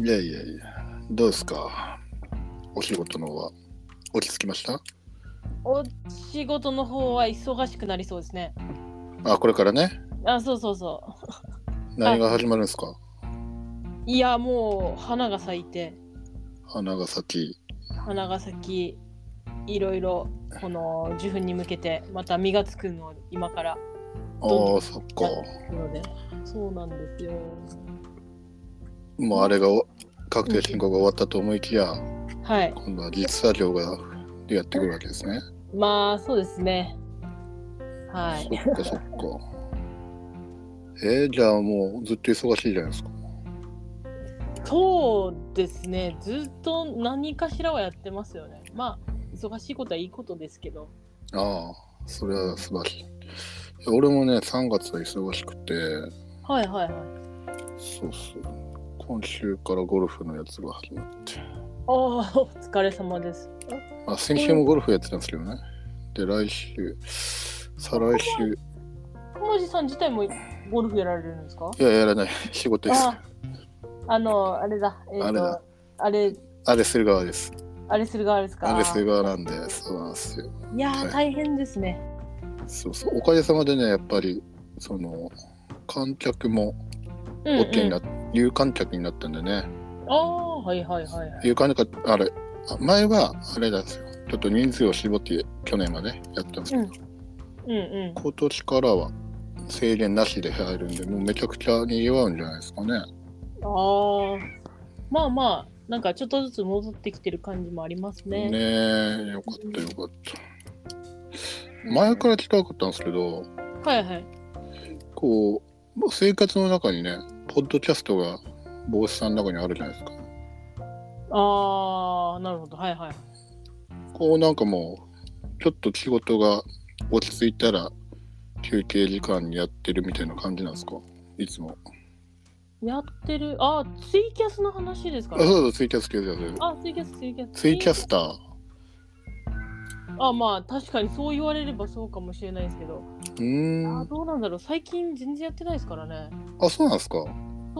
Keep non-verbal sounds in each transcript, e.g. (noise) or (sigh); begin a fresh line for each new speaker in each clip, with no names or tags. いやいやいや、どうですかお仕事の方は落ち着きました
お仕事の方は忙しくなりそうですね。
あ、これからね、
あ、そうそうそ
何が始まるんですか
う。いや、もう花が咲いて、
花が咲き。
花が咲き、いろいろこの受粉に向けて、また実がつくのを今から
ああ、そっか。
なので、そうなんですよ。
もうあれがお確定申告が終わったと思いきや、
はい。
今度は実作業がやってくるわけですね。
まあ、そうですね。はい。
そっかそっか。えー、じゃあもうずっと忙しいじゃないですか。
そうですね。ずっと何かしらはやってますよね。まあ、忙しいことはいいことですけど。
ああ、それは素晴らしい。俺もね、3月は忙しくて、
はいはいはい。
そうそう。今週からゴルフのやつが始まって。
ああ、お疲れ様です。
まあ、先週もゴルフやってたんですけどね。で、来週、再来週、
友治さん自体もゴルフやられるんですか
いや、やらない、仕事です。
ああの、あれだ、えーと
あれだ
あれ、
あれする側です。
あれする側ですか
あれする側なんで、そうなんですよ。
いや
は
ー、
い
大変ですね。
そうそう。おかげさまでね、やっぱり、その、観客も
うんう
OK に
ん、
な
あ
っ、有観客になったんでね。
あー、はいはいはいはい。
有観客、あれ、あ前は、あれなんですよ。ちょっと人数を絞って、去年までやったんですけど、
うんうんう
今年からは制限なしで入るんで、もうめちゃくちゃ賑わうんじゃないですかね。
ん。ああ、まあまあ、なんかちょっとずつ戻ってきてる感じもありますね。
ねえ、よかったよかった。前から聞きたかったんですけど、
はいはい。
こう、もう生活の中にね、ポッドキャストが帽子さんの中にあるじゃないですか。
ああ、なるほど、はいはい。
こうなんかもう、ちょっと仕事が落ち着いたら休憩時間にやってるみたいな感じなんですかいつも。
やってる、あー、ツイキャスの話ですか
あ、そう
ね。
そう、ツイキャス系です。
あ、ツイキャス、ツイキャス。
ツイキャスター。
あ、まあ、確かにそう言われればそうかもしれないですけど。
うー
あ
ん。
どうなんだろう最近全然やってないですからね。
あ、そうなんですか。
そう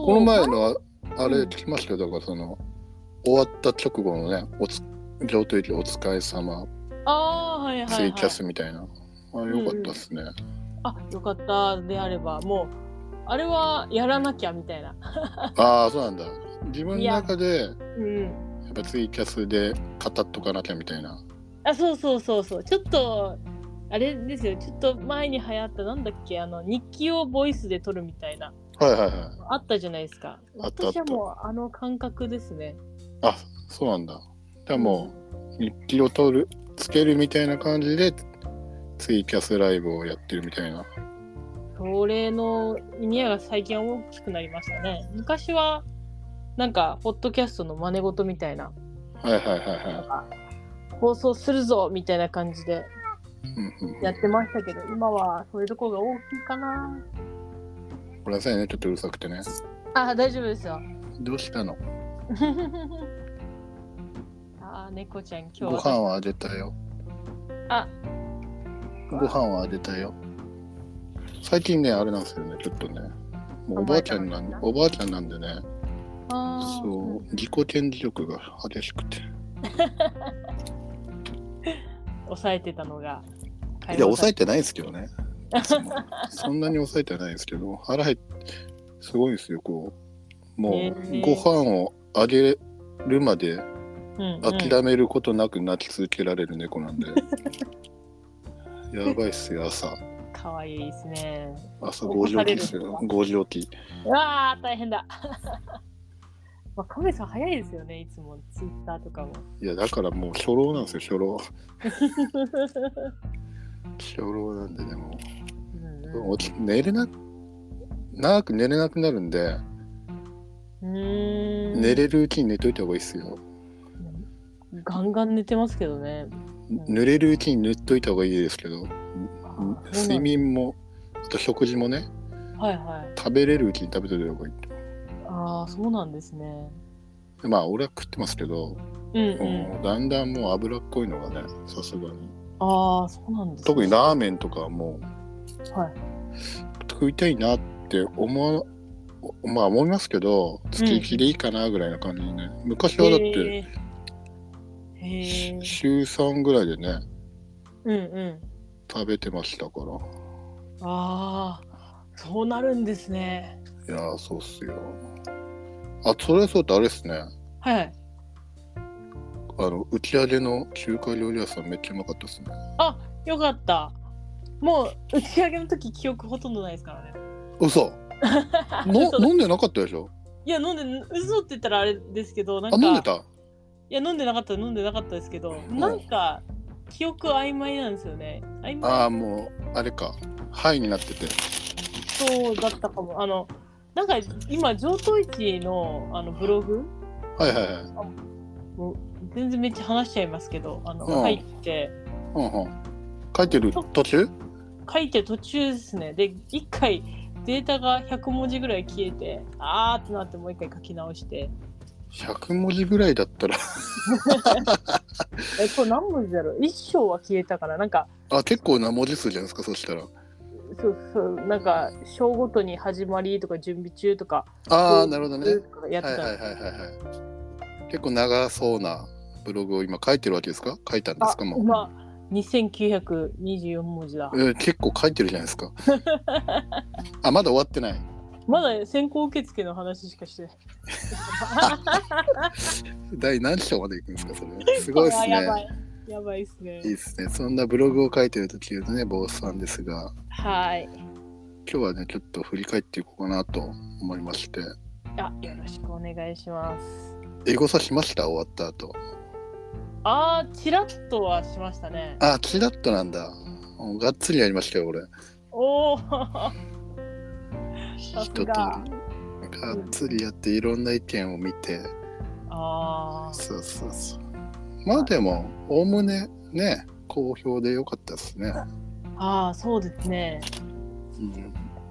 この前
あ
のああれ聞きましたよ。だからその、終わった直後のね、おつ上等駅お疲れ様
あーはいはい、はい、
ツイキャスみたいな。あれ良かったっすね。
あよかったであればもうあれはやらなきゃみたいな。
ああ、そうなんだ。自分の中で、や
うん。
っぱツイキャスで語っとかなきゃみたいな。
あそうそうそうそうちょっとあれですよちょっと前に流行ったなんだっけあの日記をボイスで撮るみたいな
はいはいはい。
あったじゃないですか。
あったあった
私はもうあの感覚ですね。
あ、そうなんだ。じゃあもう、日記を取る、つけるみたいな感じで、ツイキャスライブをやってるみたいな。
それの意味合いが最近は大きくなりましたね。昔はなんかポッドキャストの真似事みたいな。
はいはいはいはい。
放送するぞみたいな感じで
うんうん、
やってましたけど今はそういうところが大きいかな
ごめんなさいね、ちょっとうるさくてね。
あ大丈夫ですよ (laughs)
どうしたの
あー猫ちゃん今日
ご
は
飯はあげたよ。
あ
ご飯はあげたよ。最近ね、あれなんですよね、ちょっとね。もうおばあちゃんなん
甘えたのかな
おばあちゃんなんでね、
あー
そう、自己顕示欲が激しくて。
抑えてたのが
いや、抑え
え
てないですけど (laughs) ね。そんなに抑えてないですけど、腹減って、すごいですよ、こう。も
へ
う、
ー
ご飯をあげるまで
うんうん、
諦めることなく泣き続けられる猫 (laughs) なんで。やばいっすよ、朝。
かわいいですね
朝5時起きですよ、5時起き。
うわー大変だ (laughs) まあ、カメさん早いですよねいつもツイッターと
(laughs)
かも
いや、だからもう初老なんですよ、初老。初老なんでね、も
うん
う。起き寝れな、長く寝れなくなるんで、
うんうーん
寝れるうちに寝といた方がいいっすよ。
ガンガン寝てますけどね
濡れるうちに塗っといた方がいいですけど
あーそうなんだ
睡眠もあと食事もね
はいはい
食べれるうちに食べといた方がいい
ああそうなんですね
とまあ俺は食ってますけど、
うんう
もうだんだんもう脂っこいのがねさすがに
ああ、そうなんです、ね。
特にラーメンとかはもう、
はい
食いたいなって思わまあ思いますけど月1でいいかなぐらいの感じでね、昔はだって
へえへえ
週3ぐらいでね
うんうん
食べてましたから
ああそうなるんですね
いやーそうっすよあそれはそうとあれっすね
はいはい
あの打ち上げの中華料理屋さんめっちゃうまかったっすね
あよかったもう打ち上げの時記憶ほとんどないですからね (laughs)
嘘の
嘘だ
飲んでなかったでしょ
いや飲んで嘘って言ったらあれですけどなん
あ
か
飲んでた
いや飲んでなかった飲んでなかったですけど
ん
なんか記憶曖昧なんですよね曖
ああ
昧
もうあれかはいになってて
そうだったかもあのなんか今上等市のあのブログ
はいはいはい
もう全然めっちゃ話しちゃいますけどあの、
うん
書いて
うんうん書いてる途中
書いてる途中ですねで一回データが100文字ぐらい消えてあーってなってもう一回書き直して
100文字ぐらいだったら (laughs)
えこれ何文字だろう一章は消えたからなんか
あ結構な文字数じゃないですかそしたら
そうそうなんか章ごとに始まりとか準備中とか
ああなるほどね
ずっとやって
はい
たん
はい
で
はいはいはい結構長そうなブログを今書いてるわけですか書いたんです
あ
かもう、
今2924文字だ
えー結構書いてるじゃないです
(laughs)
かあまだ終わってない
まだ先行受付の話しかしてない
第何章まで行くんですかそれ
(laughs)
すごいです
これはやば
ね
いやばいですね
いいですねそんなブログを書いてるときのね坊主さんですが
はい
今日はねちょっと振り返っていこうかなと思いまして
あよろしくお願いします
エゴサしました終わった後
あーチラッとはしましたね
あチラッとなんだうんがっつりやりましたよ俺
おお
(laughs)
さす
人と
が
がっつりやっていろんな意見を見て
あー
そうそうそうまあでもおおむねね好評でよかったですね、
あーそうですね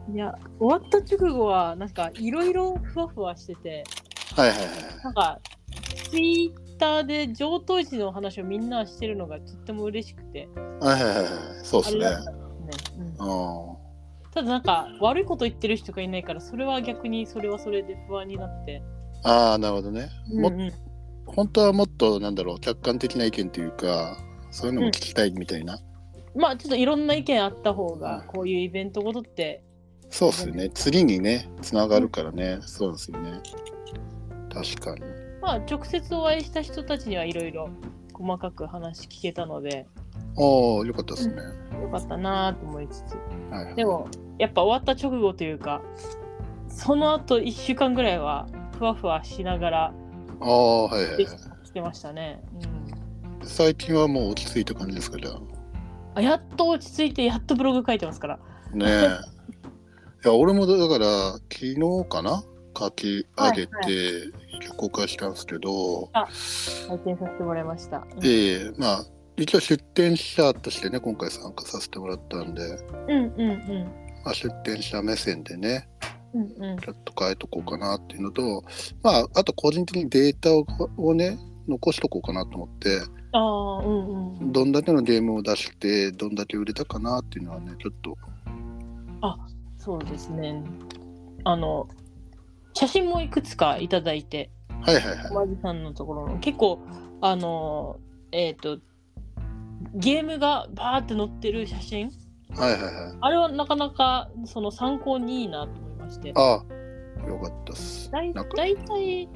うん、
いや終わった直後はなんかいろいろふわふわしてて
はいはいはい
なんかツイッターで上等時の話をみんなしてるのがとっても嬉しくて
はいはいはいはいそうで
あ
す
れ
ね
だったんですね、うん
うん
ただなんか悪いこと言ってる人がいないからそれは逆にそれはそれで不安になって、
ああなるほどねも
うんうん
本当はもっとなんだろう客観的な意見というかそういうのも聞きたいみたいな、
まあちょっといろんな意見あった方がこういうイベントごとって
そうっすよね次にねつながるからね、そうですよね確かに
まあ直接お会いした人たちにはいろいろ細かく話聞けたので
ああよかったですね、
よかったなと思いつつ
はいはい
でもやっぱ終わった直後というかその後1週間ぐらいはふわふわしながら
ああはいはいはい
できてましたね、うん、
最近はもう落ち着いた感じですかじゃあ
あやっと落ち着いてやっとブログ書いてますから (laughs)
ねえいや俺もだから昨日かな書き上げて
は
公開したんですけど、
拝見させてもらいました、うん
ええまあ一応出展者としてね今回参加させてもらったんで、
うんうん
まあ、出展者目線でね
うんうんうん
ちょっと変えとこうかなっていうのとまああと個人的にデータををね残しとこうかなと思って
ああうんうん
どんだけのゲームを出してどんだけ売れたかなっていうのはねちょっと
そうですねあの写真もいくつかいただいて
はいはいはい
マジさんのところの結構あのえっ、とゲームがバーって載ってる写真
はいはいはい
あれはなかなかその参考にいいなと思いまして
ああよかったっす
だい
なんか
だいたい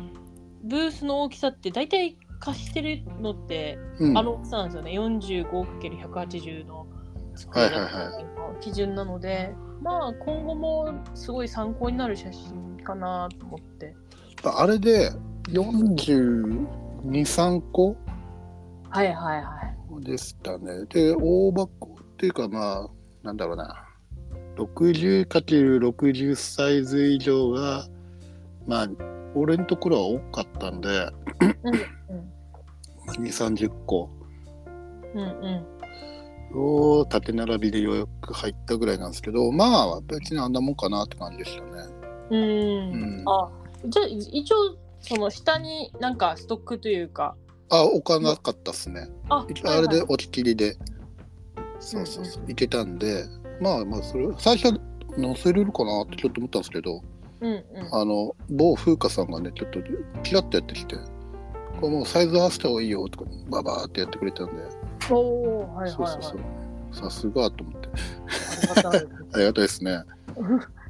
ブースの大きさってだいたい貸してるのって
うん
あの大きさなんですよね 45×180 の作りだったりの基準なので、まあ今後もすごい参考になる写真かなと思って
あれで423個
はいはいはい
でしたねで大箱っていうかまあなんだろうな 60×60 サイズ以上がまあ俺のところは多かったんで2 3 0個
うんうん
を縦並びでようやく入ったぐらいなんですけどまあ別にあんなもんかなって感じでしたね
うーん、
うん
あじゃあ一応その下になんかストックというか
あ置かなかったっすね
あ
一応あれ
はい
で
はい
落ちきりで、そうそうそう、いけたんで、まあまあ、それ、最初は載せれるかなってちょっと思ったんですけど、
ううんうん。
あの某風花さんがねちょっとキラッとやってきて「これもうサイズ合わせた方がいいよ」とかババーってやってくれたんで、
おおー、はい
そう
はい
そうそ
は
う
い。
さすがと思って
ありがたい
ありがたいですね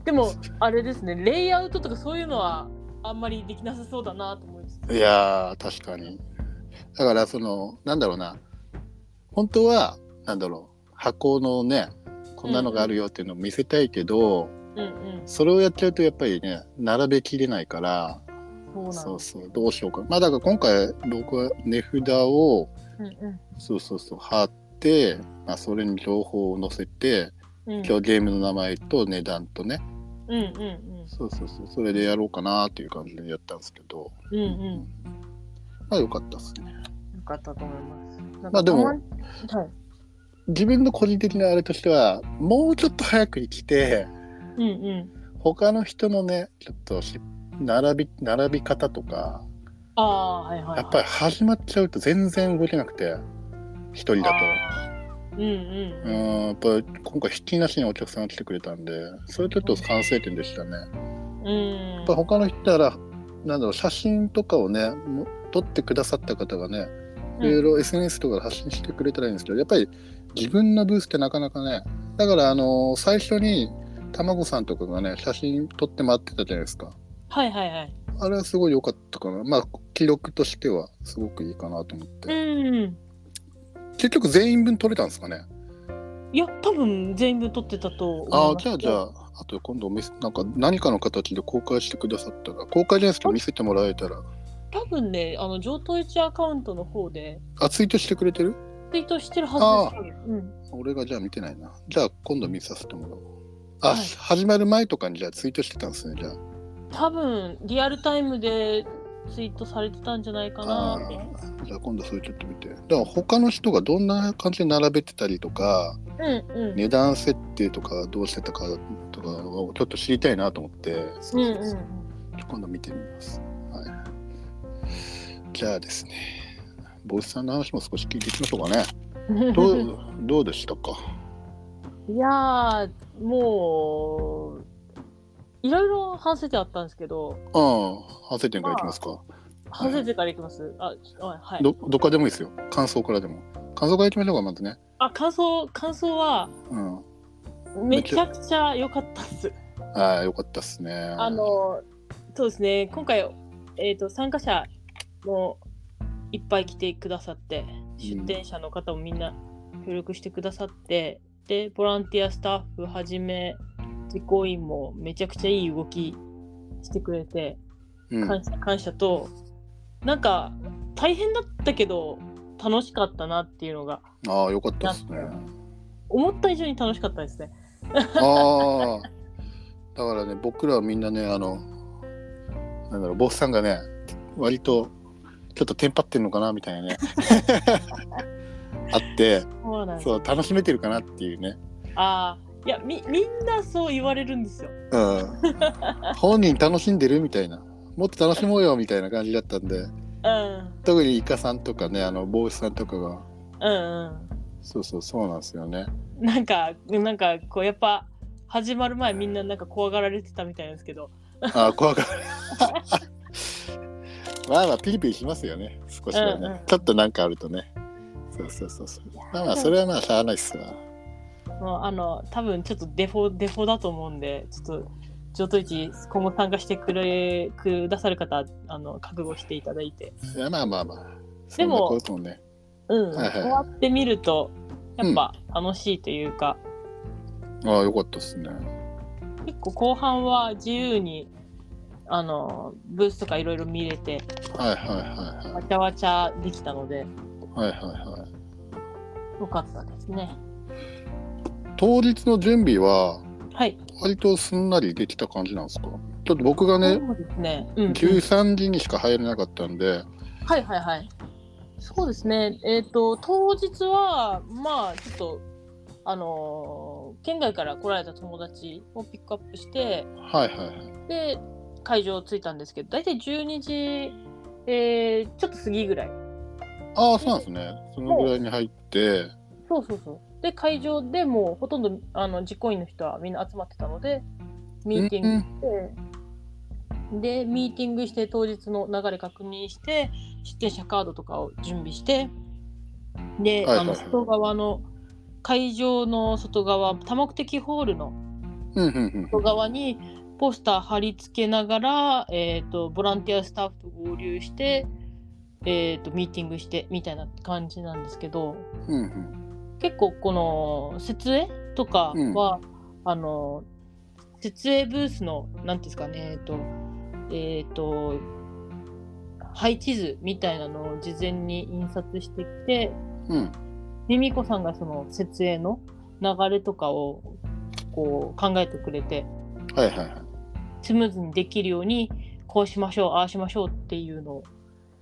でもあれですね、レイアウトとかそういうのはあんまりできなさそうだなと思います。
いやー確かにだからそのなんだろうな本当はなんだろう箱のねこんなのがあるよっていうのを見せたいけど、
うんうん。
それをやっちゃうとやっぱりね並べきれないから
そうなん
そう
です。
そうどうしようかまあだから今回僕は値札を
うんうん。
そうそうそう貼って、まあ、それに情報を載せて
うん
今日ゲームの名前と値段とね
うんうん
そうそうそうそれでやろうかなっていう感じでやったんですけど
うん。うんう
まあよかったですね
ん。よかったと思います。なん
まあ
か
でも
たにはい。
自分の個人的なあれとしてはもうちょっと早くに来て
うんうん。
他の人のねちょっとし並び並び方とか
ああ、はいはい、はい。
やっぱり始まっちゃうと全然動けなくて一人だと。
と。うんうん
うん。やっぱり今回引きなしにお客さんが来てくれたんでそれちょっと反省点でしたね。
うん。
やっぱ他の人ならなんだろう写真とかをねも撮ってくださった方がねいろいろ SNS とかで発信してくれたらいいんですけど、やっぱり自分のブースってなかなかねだからあの最初にたまごさんとかがね写真撮って待ってたじゃないですか
はいはいはい。
あれはすごい良かったかなまあ記録としてはすごくいいかなと思って、
うん。
結局全員分撮れたんですかね
いや、多分全部撮ってたと思います。
ああじゃあじゃああと今度お見せなんか何かの形で公開してくださったら公開じゃないですけど見せてもらえたら
多分ね、あの、上等一アカウントの方で、
あツイートしてくれてる
ツイートしてるはずです。うん。
俺がじゃあ見てないな。じゃあ今度見させてもらおう。あ、
はい
始まる前とかにじゃあツイートしてたんですね、じゃあ。
多分、リアルタイムでツイートされてたんじゃないかなって。
じゃあ今度それちょっと見て。だから他の人がどんな感じで並べてたりとか、
うんうん。
値段設定とかどうしてたかとかをちょっと知りたいなと思って、
う
そ
ん
う
う
そう
んう。
そうん今度見てみます。はい。じゃあですね、ボイスさんの話も少し聞いていきましょうかね。どうどうでしたか
(laughs) いやー、もう、いろいろ反省点あったんですけど、
ああ、反省点からいきますか。
反省点からいきます。あ、はい。
どどっからでもいいですよ。感想からでも。感想からいきましょうか、まずね。
あ、感想、感想は、
うん。
めちゃくちゃ良かったっす。
ああ、よかったっすね。あ
あ、の、そうですね、今回、えっ、と、参加者もいっぱい来てくださって、出店者の方もみんな協力してくださって、で、ボランティアスタッフはじめ、実行委員もめちゃくちゃいい動きしてくれて、
うん、
感謝感謝と、なんか、大変だったけど、楽しかったなっていうのが、
ああ、よかったっすね。
思った以上に楽しかったですね。
ああ。だからね、僕らはみんなね、あの、なんだろう、ボスさんがね、割と、ちょっとテンパってんのかなみたい
(laughs)
なね。あって、
そうなんです
そう、楽しめてるかなっていうね。
ああ、いや、み、みんなそう言われるんですよ。
うん。本人楽しんでるみたいな。もっと楽しもうよみたいな感じだったんで、
うん、
特にイカさんとかね、あの、ボーイスさんとかが、
うん、う
そうそう、そうなんですよね。
ん。なんか、なんか、こう、やっぱ、始まる前みんななんか怖がられてたみたいなんですけど、
あー怖かった (laughs) まあまあピリピリしますよね少しはね、
うんうん
ちょっとなんかあるとねそうそうそうそうまあまあそれはまあしゃあないっすわ
もうあの、多分ちょっとデフォ、デフォだと思うんで、ちょっと、上等一今後参加してくれ、くださる方、あの、覚悟していただいて。
いやまあまあまあ
でも
そんなこともね
うん、
はいはい
終わってみると、やっぱ楽しいというか、
ああよかったっすね
結構後半は自由に、あの、ブースとかいろいろ見れて、
はいはいはい
わちゃわちゃできたので、
はいはいはいはい
よかったですね。
当日の準備は
はい。
割とすんなりできた感じなんですかちょっと僕がね
そうですね。うん、
13時にしか入れなかったんで
はいはいはい。そうですね。えっ、と、当日は、まあ、ちょっと、あのー県外から来られた友達をピックアップして、
はいはいはい
で、会場着いたんですけど、大体12時、えーちょっと過ぎぐらい。
ああそうなんですねそのぐらいに入って
そうそうそう。で、会場でもうほとんど、あの、実行委員の人はみんな集まってたので、ミーティングして、でミーティングして当日の流れ確認して出店者カードとかを準備してで、
はいはいはい
あの外側の会場の外側多目的ホールの
うんうん
外側にポスター貼り付けながら、えー、とボランティアスタッフと合流して、えー、とミーティングしてみたいな感じなんですけど
うんうんうん
結構この設営とかは、あの設営ブースの何ていうんですかねえっ、とえっ、と配置図みたいなのを事前に印刷してきて
うん
ミミコさんがその設営の流れとかをこう考えてくれて
はいはいはい
スムーズにできるようにこうしましょうああしましょうっていうのを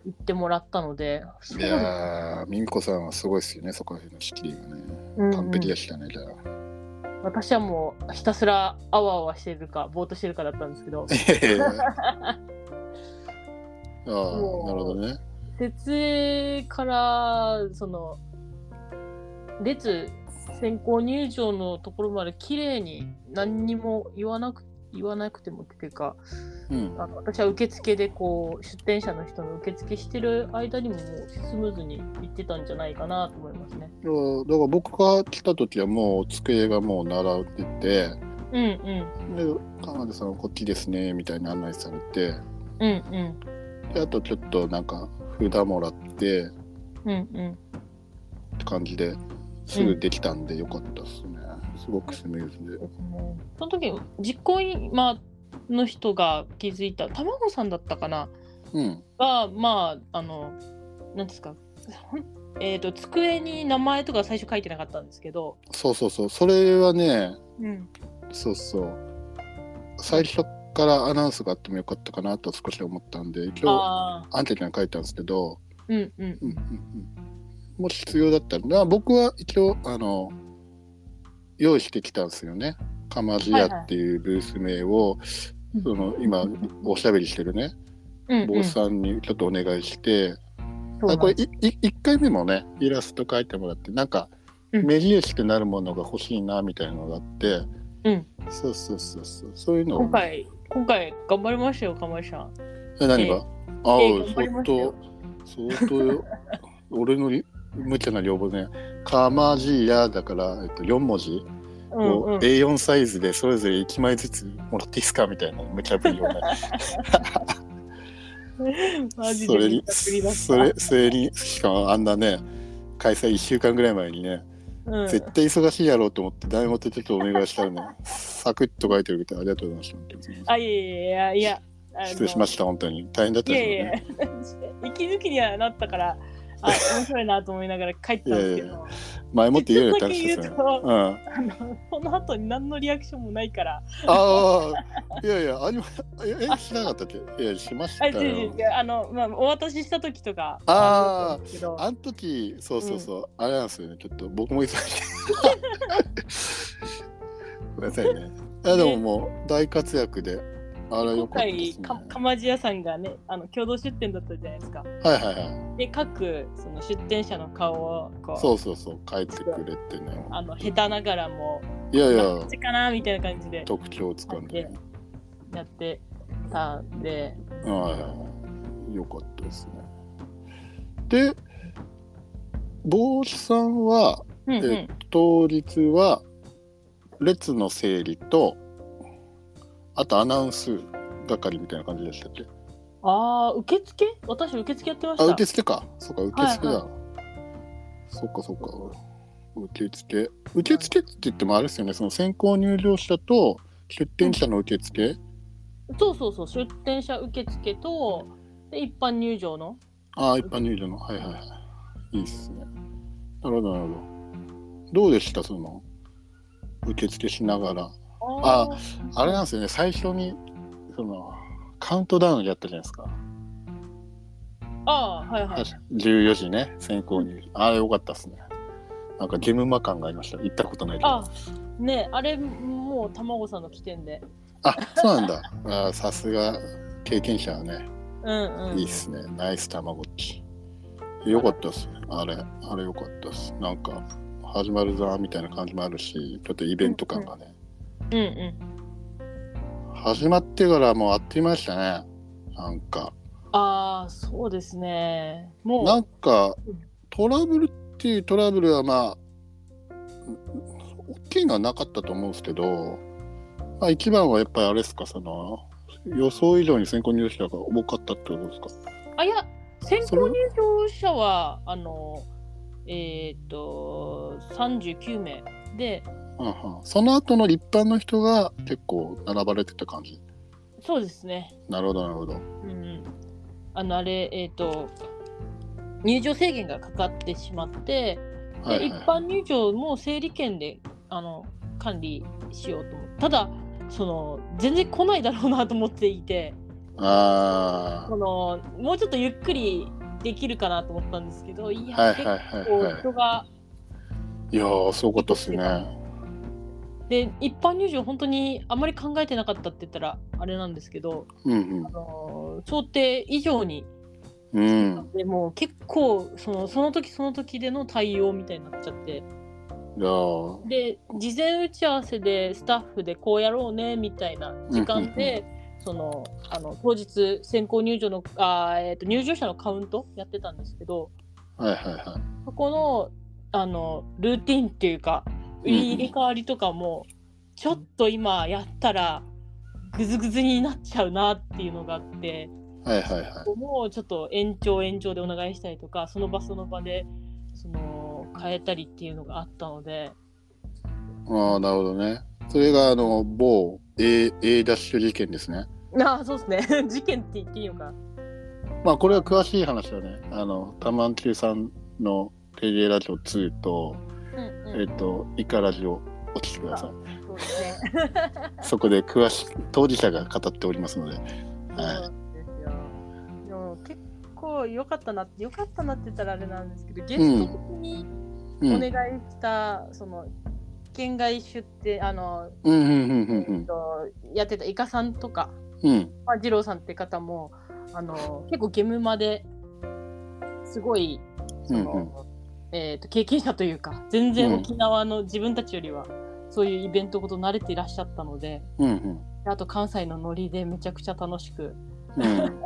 言ってもらったので
いやー、ミンコさんはすごいですよね、そこら辺の仕切りがね。
うんうん
完璧でしたね、じゃあ。
私はもうひたすらあわあわしてるかぼーっとしてるかだったんですけど
ああ、なるほどね。
設営からその列先行入場のところまで綺麗に何にも言わなく言わなくてもっていうか
うん。
あの私は受付でこう出店者の人の受付してる間にももうスムーズにいってたんじゃないかなと思いますね。
だから僕が来た時はもう机がもう並んでて、
うんうん
で、カナダさんはこっちですね、みたいに案内されて、
うんうん
で、あとちょっとなんか札もらってっ
うんうん
て感じですぐできたんでよかったですね。すごくスムーズで。
ですねその時実行委員まあの人が気づいた卵さんだったかな
うん。
がまああのなんですかほんえー、と机に名前とか最初書いてなかったんですけど、
そうそうそう。それはね、
うん、
そうそう。最初からアナウンスがあってもよかったかなと少し思ったんで、今日
ああ
アンケートに書いたんですけど、
うんうん
うんうんうん、もし必要だったら、まあ僕は一応、あの、用意してきたんですよね。かまじやっていうブース名を、
うん
その今おしゃべりしてるね、
うんう
坊
ん
さんにちょっとお願いして、
そうな
あ
ん
これ
です
いい1回目もねイラスト描いてもらってなんか
うん
目印となるものが欲しいなみたいなのがあって、
うん
そうそうそうそうそういうのを
今回今回頑張りましたよかまいさん
え何が、ああ、
えー頑張り
相
ました
当
よ
相当 (laughs) 俺のり無茶な両方ね「かまじや」だから、えっと、4文字
うん
を
うん
A4 サイズでそれぞれ1枚ずつもらっていいですかみたいな無茶ぶりをね
(laughs) マジ
そ
で
れ
めっ
に
ちゃ振り出した
それそれにしかもあんなね開催1週間ぐらい前にね、
うん、
絶対忙しいやろうと思って台本ってちょっとお願いしたらね (laughs) サクッと書いてるけどありがとうございました本当に
あいやいやいやいやあの
失礼しました本当に大変だった
いやい
ですよ
や
ね、
(laughs) 息抜きにはなったから、あ、面白いなと思いながら帰ったんですけど、
前もって言えよって
だけ
話
(laughs)
で
言
す
う
よね
と、
うん
あのその後に何のリアクションもないから、
ああ、いやいや、ありま、え、えしなかったっけ、いや、しまし
あ、
た
違う違
よ
う違。うあの、まあ、お渡しした時とか、
あー
るんですけど
あん時、そうそうそう、あれなんですよね、ちょっと僕 (laughs) も忙しい。ごめんなさいね。いや、でも、もう大活躍で。あれ、よ
今
かったで
回
すね。
か、かまじ屋さんがね、あの共同出店だったじゃないですか。
はいはいはい。
で、各その出店者の顔をこう、
そうそうそう、書いてくれてね。
あの下手ながらも、
いやい
まあこ
や
っ、ちかなみたいな感じで
特徴をつかんで、ね。
やってたんで、
はいはいはい。よかったですね。で。帽子さんは。
うんうん
え当日は列の整理とあとアナウンス係みたいな感じでしたっけ
ああ、受付私、受付やってました。
あ受付かそうか受付だ、
はい
そっかそっか受付受付って言ってもあれですよねその先行入場者と出店者の受付、
そうそうそう、出店者受付と、で一般入場の。
ああ一般入場のはいはいはいいいっすねなるほどなるほどどうでしたその受付しながらあ
ー
あれなんですよね、最初に、その、カウントダウンやったじゃないですか。
あー、はいはい。
14時ね、先行に。あれ良かったですね。なんかゲームマ感がありました。行ったことないけど。
あ
あ、
ねあれ、もう卵さんの起点で。
そうなんだ。 (laughs) あーさすが、経験者はね、
うんうん。
いいっすね。ナイスたまごっち。よかったっすね。あれ、あれ良かったっす。なんか、始まるぞーみたいな感じもあるし、ちょっとイベント感がね、
うんうん。
始まってからもうあっという間でしたねなんか
ああ、そうですね。もう、
なんか
うん
トラブルっていうトラブルはまあうん大きいのはなかったと思うんですけど、まあ、一番はやっぱりあれですかその予想以上に先行入社が多かったってことですか
あ、いや、先
それ
行入場者は、あの、えっ、と、39名で、
うんうんその後の一般の人が結構並ばれてた感じ。
そうですね。
なるほど、なるほど。
うん。あの、あれ、えっ、と、入場制限がかかってしまって、で
はい、
一
は
般入場も整理券であの管理しようと思ってただその全然来ないだろうなと思っていて
い。あ
このもうちょっとゆっくりできるかなと思ったんですけどいや、
あ。はいはいはい
結構
は
人が
い。いやー、すごかったですね。
で一般入場本当にあまり考えてなかったって言ったらあれなんですけど、
うん
あの想定以上に、
うん。うん。
でもう結構そのその時その時での対応みたいになっちゃって。
いやー
で事前打ち合わせでスタッフでこうやろうねみたいな時間で、そのあの当日先行入場のあー、えー、と入場者のカウントやってたんですけど
はいはいは
そこのあのルーティンっていうか売り入れ替わりとかも、ちょっと今やったらグズグズになっちゃうなっていうのがあって
い。はいはいはい。
もうちょっと延長延長でお願いしたりとかその場その場でその変えたりっていうのがあったので。
ああ、なるほどね。それが、あの、某 A, A ダッシュ事件ですね。
ああそうですね (laughs) 事件って言っていいのか
まあ、これは詳しい話だね。あの、タマンキューさんの定例ラジオ2と、
うん
えっ、と、イカラジオお聞きください。
そうですね
そこで詳しく当事者が語っておりますので、は
そうですよでも結構良かったなって良かったなって言ったらあれなんですけどゲ
うん
スト的に
い。
お
う
願い
ん
した、その県外出ってあの、
うんうんうんう
え
んう
っ
ん
とやってたイカさんとか、
うん。
まあ、二郎さんって方もあの結構ゲムまですごいその、
うん
えー、と経験者というか全然沖縄の自分たちよりは、そういうイベントごと慣れていらっしゃったので
うんうん
あと関西のノリでめちゃくちゃ楽しく
うん。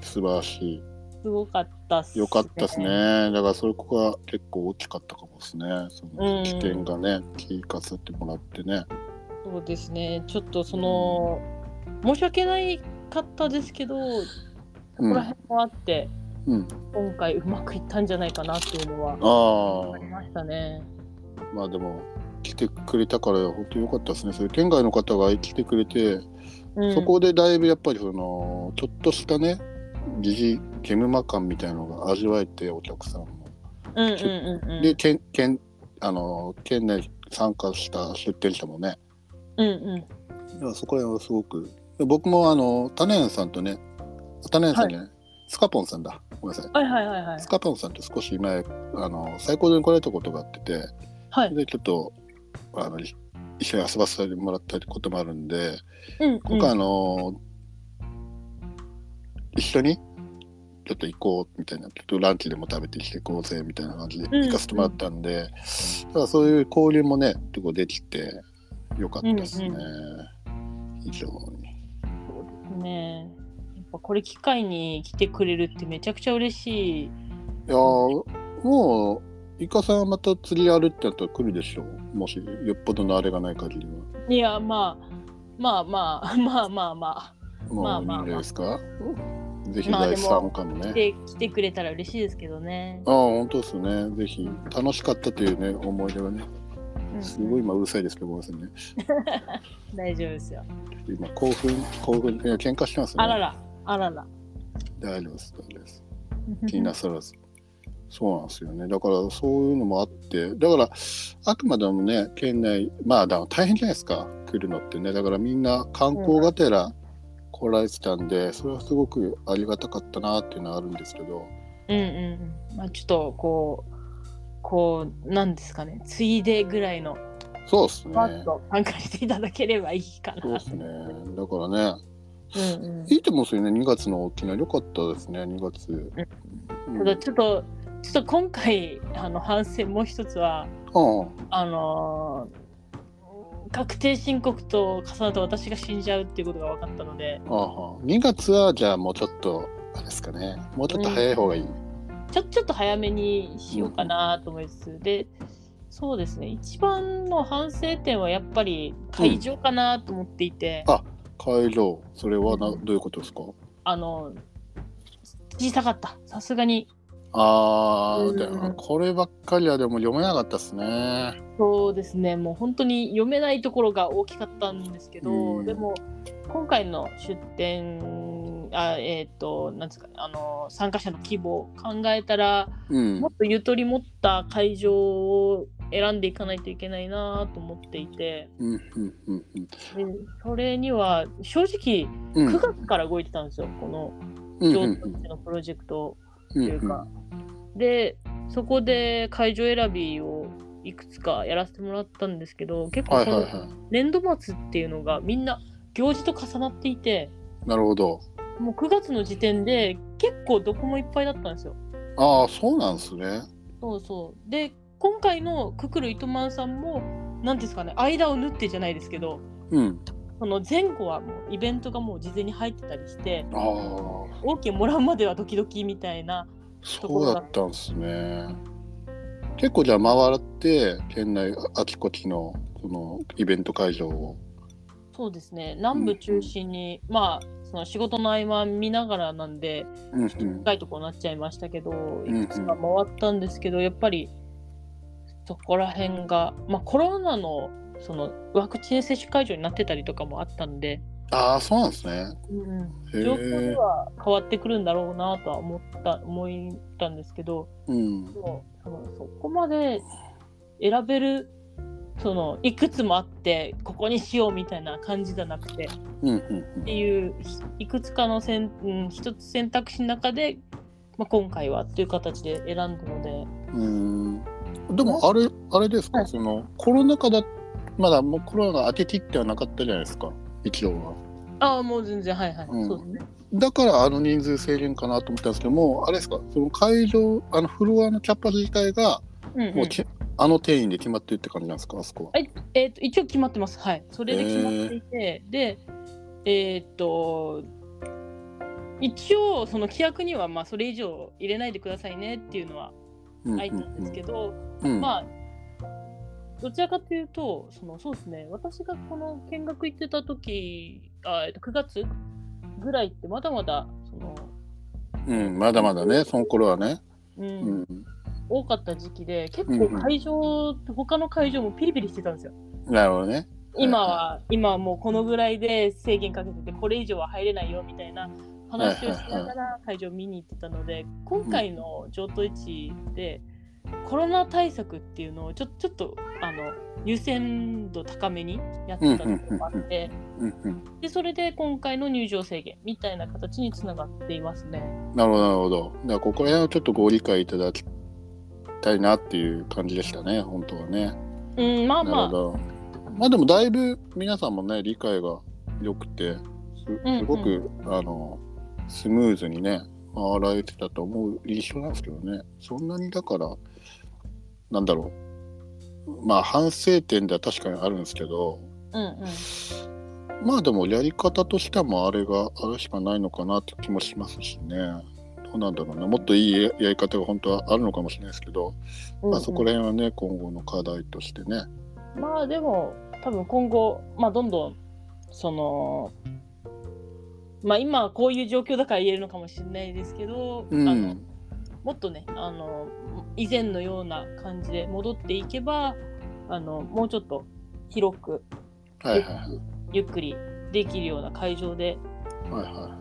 素晴らし
すごかったっす
い。よかったですね。だからそれここが結構大きかったかもですね。そ
うん
の起点がね、聞かせてもらってね。
そうですねちょっとその申し訳ないかったですけどそこ
うん
ら辺もあって、
うん。
今回うまくいったんじゃないかなっていうのは
あ
ありましたね
あ、まあでも来てくれたから本当によかったですね。そういう県外の方が来てくれて、
うん
そこでだいぶやっぱりそのちょっとしたね、疑似ゲムマ感みたいなのが味わえてお客さんも。
うんうんうんうん
で県県あの県内参加した出店者もね
うんうん
いやそこら辺はすごく僕もあのタネンさんとねタネンさんじゃない、スカポンさんだごめんなさい、
はいはいはいはい
スカポンさんと少し前あの最高でに来られたことがあってて
はい
でちょっとあの一緒に遊ばせてもらったこともあるんで
うんう
今
ん
回あの、一緒にちょっと行こうみたいなちょっとランチでも食べてきて行こうぜみたいな感じで
うん
行かせてもらったんで、だからそういう交流もね結構できてよかったですね、
うん
非常に
そうですねやっぱこれ機会に来てくれるってめちゃくちゃ嬉しい
いやーもうイカさんはまた釣りやるってなったら来るでしょうもしよっぽどのあれがない限り
いやまあまあまあ (laughs) まあまあま
はもう
まあ
いいん
まあまあ
じゃないですか、ぜひ
まあ
第
でも
3回もね、
あで来てくれたら嬉しいですけどね
あ。あ、本当ですね。ぜひ、楽しかったというね、思い出はね。すごい
うん
今うるさいですけど、ごめんなさいね。
大丈夫ですよ。
今、興奮、興奮、いや、喧嘩してますね。
あららあらら。
大丈夫です、大丈夫です。気になさらず。そうなんですよね。だから、そういうのもあって、だから、あくまでもね、県内、まあ、だから大変じゃないですか、来るのってね。だから、みんな観光がてら来られてたんで、それはすごくありがたかったなっていうのはあるんですけど、
うんうんうん。まあちょっとこうこうなんですかねついでぐらいの
そうですね。
パッと参加していただければいいかな。
そうですね。だからね、
うんうん。
いいと思うんですよね、2月の沖縄、良かったですね、2月。うん
ただちょっとちょっと今回あの反省もう一つは
ああ
あのー確定申告と重なると私が死んじゃうっていうことが分かったので、
あは2月はじゃあもうちょっとあれですかねもうちょっと早い方がいい、
ちょちょっと早めにしようかなと思いつつ、でそうですね一番の反省点はやっぱり会場かなと思っていて、
あ会場それはなどういうことですか
あの小さかったさすがに
あー、
うん
だよなこればっかりはでも読めなかったですね
そうですねもう本当に読めないところが大きかったんですけど、
うん
でも今回の出展あえっ、となんですかねあの参加者の規模を考えたら
うん
もっとゆとり持った会場を選んでいかないといけないなと思っていて、
うんうんうん
でそれには正直
うん
9月から動いてたんですよ、この
うん
上達のプロジェクトを
うん
というか、でそこで会場選びをいくつかやらせてもらったんですけど結
は
構
い
そ
はい
の
は
年度末っていうのがみんな行事と重なっていて
いなるほど
もう9月の時点で結構どこもいっぱいだったんですよ。
ああそうなんですね
そうそうで今回のククル糸満さんも何ですかね間を縫ってじゃないですけど
うん
その前後はもうイベントがもう事前に入ってたりして
ああ
OK もらうまではドキドキみたいな
そうだったんですね結構じゃあ回って県内あちこちのそのイベント会場を
そうですね南部中心に、まあその仕事の合間見ながらなんで
うんう
ちょっと
ん
深いとこになっちゃいましたけど、
んうん
いくつか回ったんですけどやっぱりそこら辺が、まあ、コロナのそのワクチン接種会場になってたりとかもあったんで、
ああそうなんですねへ
状況
え
には変わってくるんだろうなとは思った思ったんですけど
うん
でもそのそこまで選べるそのいくつもあってここにしようみたいな感じじゃなくて。
うんうん
っていういいくつかの選、うん、一つ選択肢の中で、まあ、今回はという形で選んだので
うんうんでもあれあれです
は
か
い
そのコロナ禍だまだもうコロナが当て切ってはなかったじゃないですか一応は
ああもう全然はいはい、
うん
そうですね
だからあの人数制限かなと思ったんですけどもうあれですかその会場あのフロアのキャパ自体が
うんうん
もうき、あの定員で決まってるって感じなんですかあそこは
えー、と一応決まってますはいそれで決まっていて、でえっと一応その規約にはまあそれ以上入れないでくださいねっていうのは
うん
入ったんですけど、
うん
まあどちらかというとそのそうですね私がこの見学行ってた時あ、えっと9月ぐらいってまだまだその、
うん、まだまだね、その頃はね。
う
うんん、
多かった時期で結
うんう
構
ん
会場、他の会場もピリピリしてたんですよ。
なるほどね。
今は、今はもうこのぐらいで制限かけててこれ以上は入れないよみたいな話をしながら会場見に行ってたので、今回の上都市でコロナ対策っていうのをちょちょっとあの優先度高めにやってたところもあって、
うんうん、
でそれで今回の入場制限みたいな形につながっていますね。
なるほど、なるほど。だから、ここら辺をちょっとご理解いただきたいなっていう感じでしたね、本当はね。
うん、まあ
なるほ
まあ、
ど。まあ、でも、だいぶ皆さんもね、理解が良くて、
うんう
す
ん
すごく、あの、スムーズにね、回られてたと思う印象なんですけどね。そんなに、だから、なんだろう。まあ、反省点では確かにあるんですけど、
うんうん、
まあでもやり方としてはもうあれがあれしかないのかなって気もしますしね。どうなんだろうなもっといいややり方が本当はあるのかもしれないですけど、まあ、そこら辺はね今後の課題としてね。
まあでも多分今後、まあ、どんどんそのまあ今こういう状況だから言えるのかもしれないですけど、
うん
あのもっとねあの以前のような感じで戻っていけばあのもうちょっと広く
はいはいはい
ゆっくりできるような会場で
はいは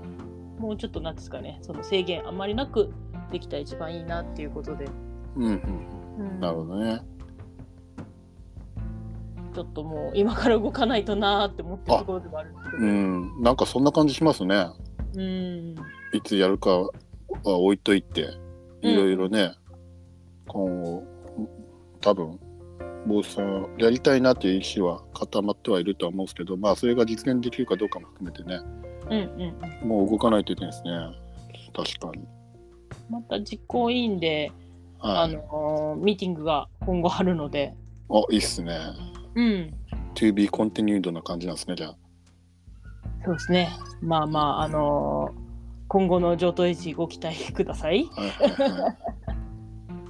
もうちょっとなんですかねその制限あまりなくできたら一番いいなっていうことで、
い。うんうん、
うん
なるほどね。
ちょっともう今から動かないとなーって思ってるところでもあるんですけど。
うんなんかそんな感じしますね。
うん
いつやるかは置いといていろいろね、今後多分坊主さんはやりたいなっていう意思は固まってはいるとは思うんですけどまあそれが実現できるかどうかも含めてね
うんうん
もう動かないといけないですね。確かに。
また実行委員で、あ
はい。
のーミーティングが今後あるので、
あ、いいっすね。
うん、
to be continued な感じなんですね、じゃあ。
そうですね。まあまあ、あのー今後の上等維持ご期待ください。
はいはい (laughs) はい、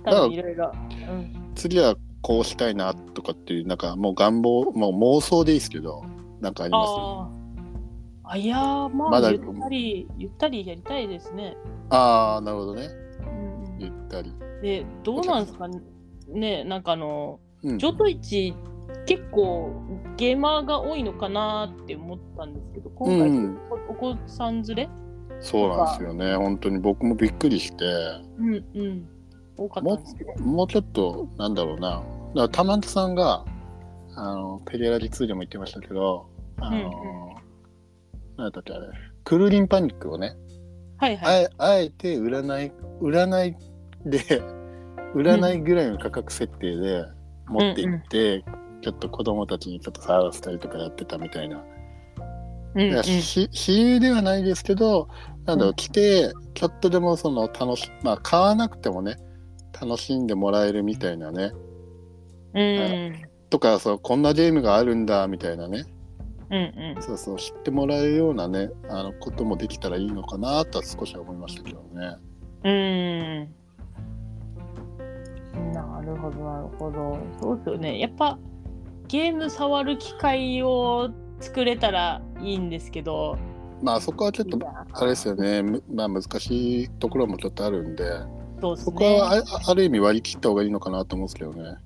多分いろいろ。うん
次はこうしたいなとかっていう、なんかもう願望、もう妄想でいいですけど、なんかあります
ああ。あいやー、まあ、
まだ
ゆったり、ゆったりやりたいですね。
ああ、なるほどね。
うん
ゆったり。
で、どうなんですかね、なんかあの、
うん、
上等市、結構ゲーマーが多いのかなって思ったんですけど、今回、
うん
おお子さん連れ、
そうなんですよね。本当に僕もびっくりして、
うんうん、多かったんですけど。
もうちょっと、なんだろうな。だから、玉木さんが、あの、ペリアラリ2でも言ってましたけど、あの、なんだっけあれ、クルリンパニックをね、
はいは
あ
い。
えあえて占い占いで占いぐらいの価格設定で持っていって、ちょっと子供たちにちょっと触らせたりとかやってたみたいな、
うん
いやし私有ではないですけどなんだろう、
うん
来てちょっとでもその楽しまあ買わなくてもね楽しんでもらえるみたいなね
うん
とかそうこんなゲームがあるんだみたいなね
うんうん
そうそう知ってもらえるようなねあのこともできたらいいのかなとは少しは思いましたけどね。
うんうんなるほどなるほどそうですよねやっぱゲーム触る機会を作れたらいいんですけど
まあそこはちょっと
いや
あれですよね、むまあ、難しいところもちょっとあるんで、
そうです
そ
ね
こはあ,、ある意味割り切った方がいいのかなと思うんですけどね。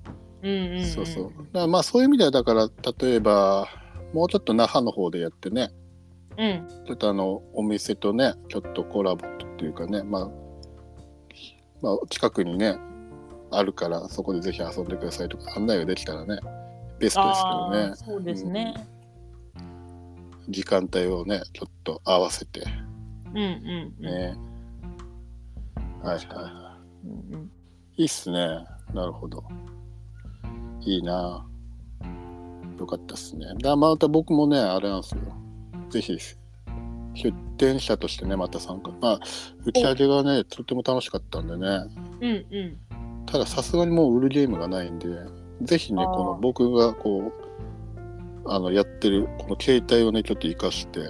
うんうんん
そうそう。だからまあそういう意味では、だから例えば、もうちょっと那覇の方でやってね、
うん
ちょっとあの、お店とね、ちょっとコラボっていうかね、まあ、まあ、近くにね、あるから、そこでぜひ遊んでくださいとか、案内ができたらね、ベストですけど
あ
ね
あ、そうですね
時間帯をね、ちょっと合わせて
うんうんうん
ね。はいはいはい。
うんうん
いいっすね。なるほど。いいな。よかったっすね。だまた僕もね、あれなんですよ。ぜひ、出店者としてね、また参加。まあ、打ち上げがね、とても楽しかったんでね。
うんうん
ただ、さすがにもう売るゲームがないんで、ぜひね、
あー
この僕がこう、あの、やってる、この携帯をね、ちょっと活かして、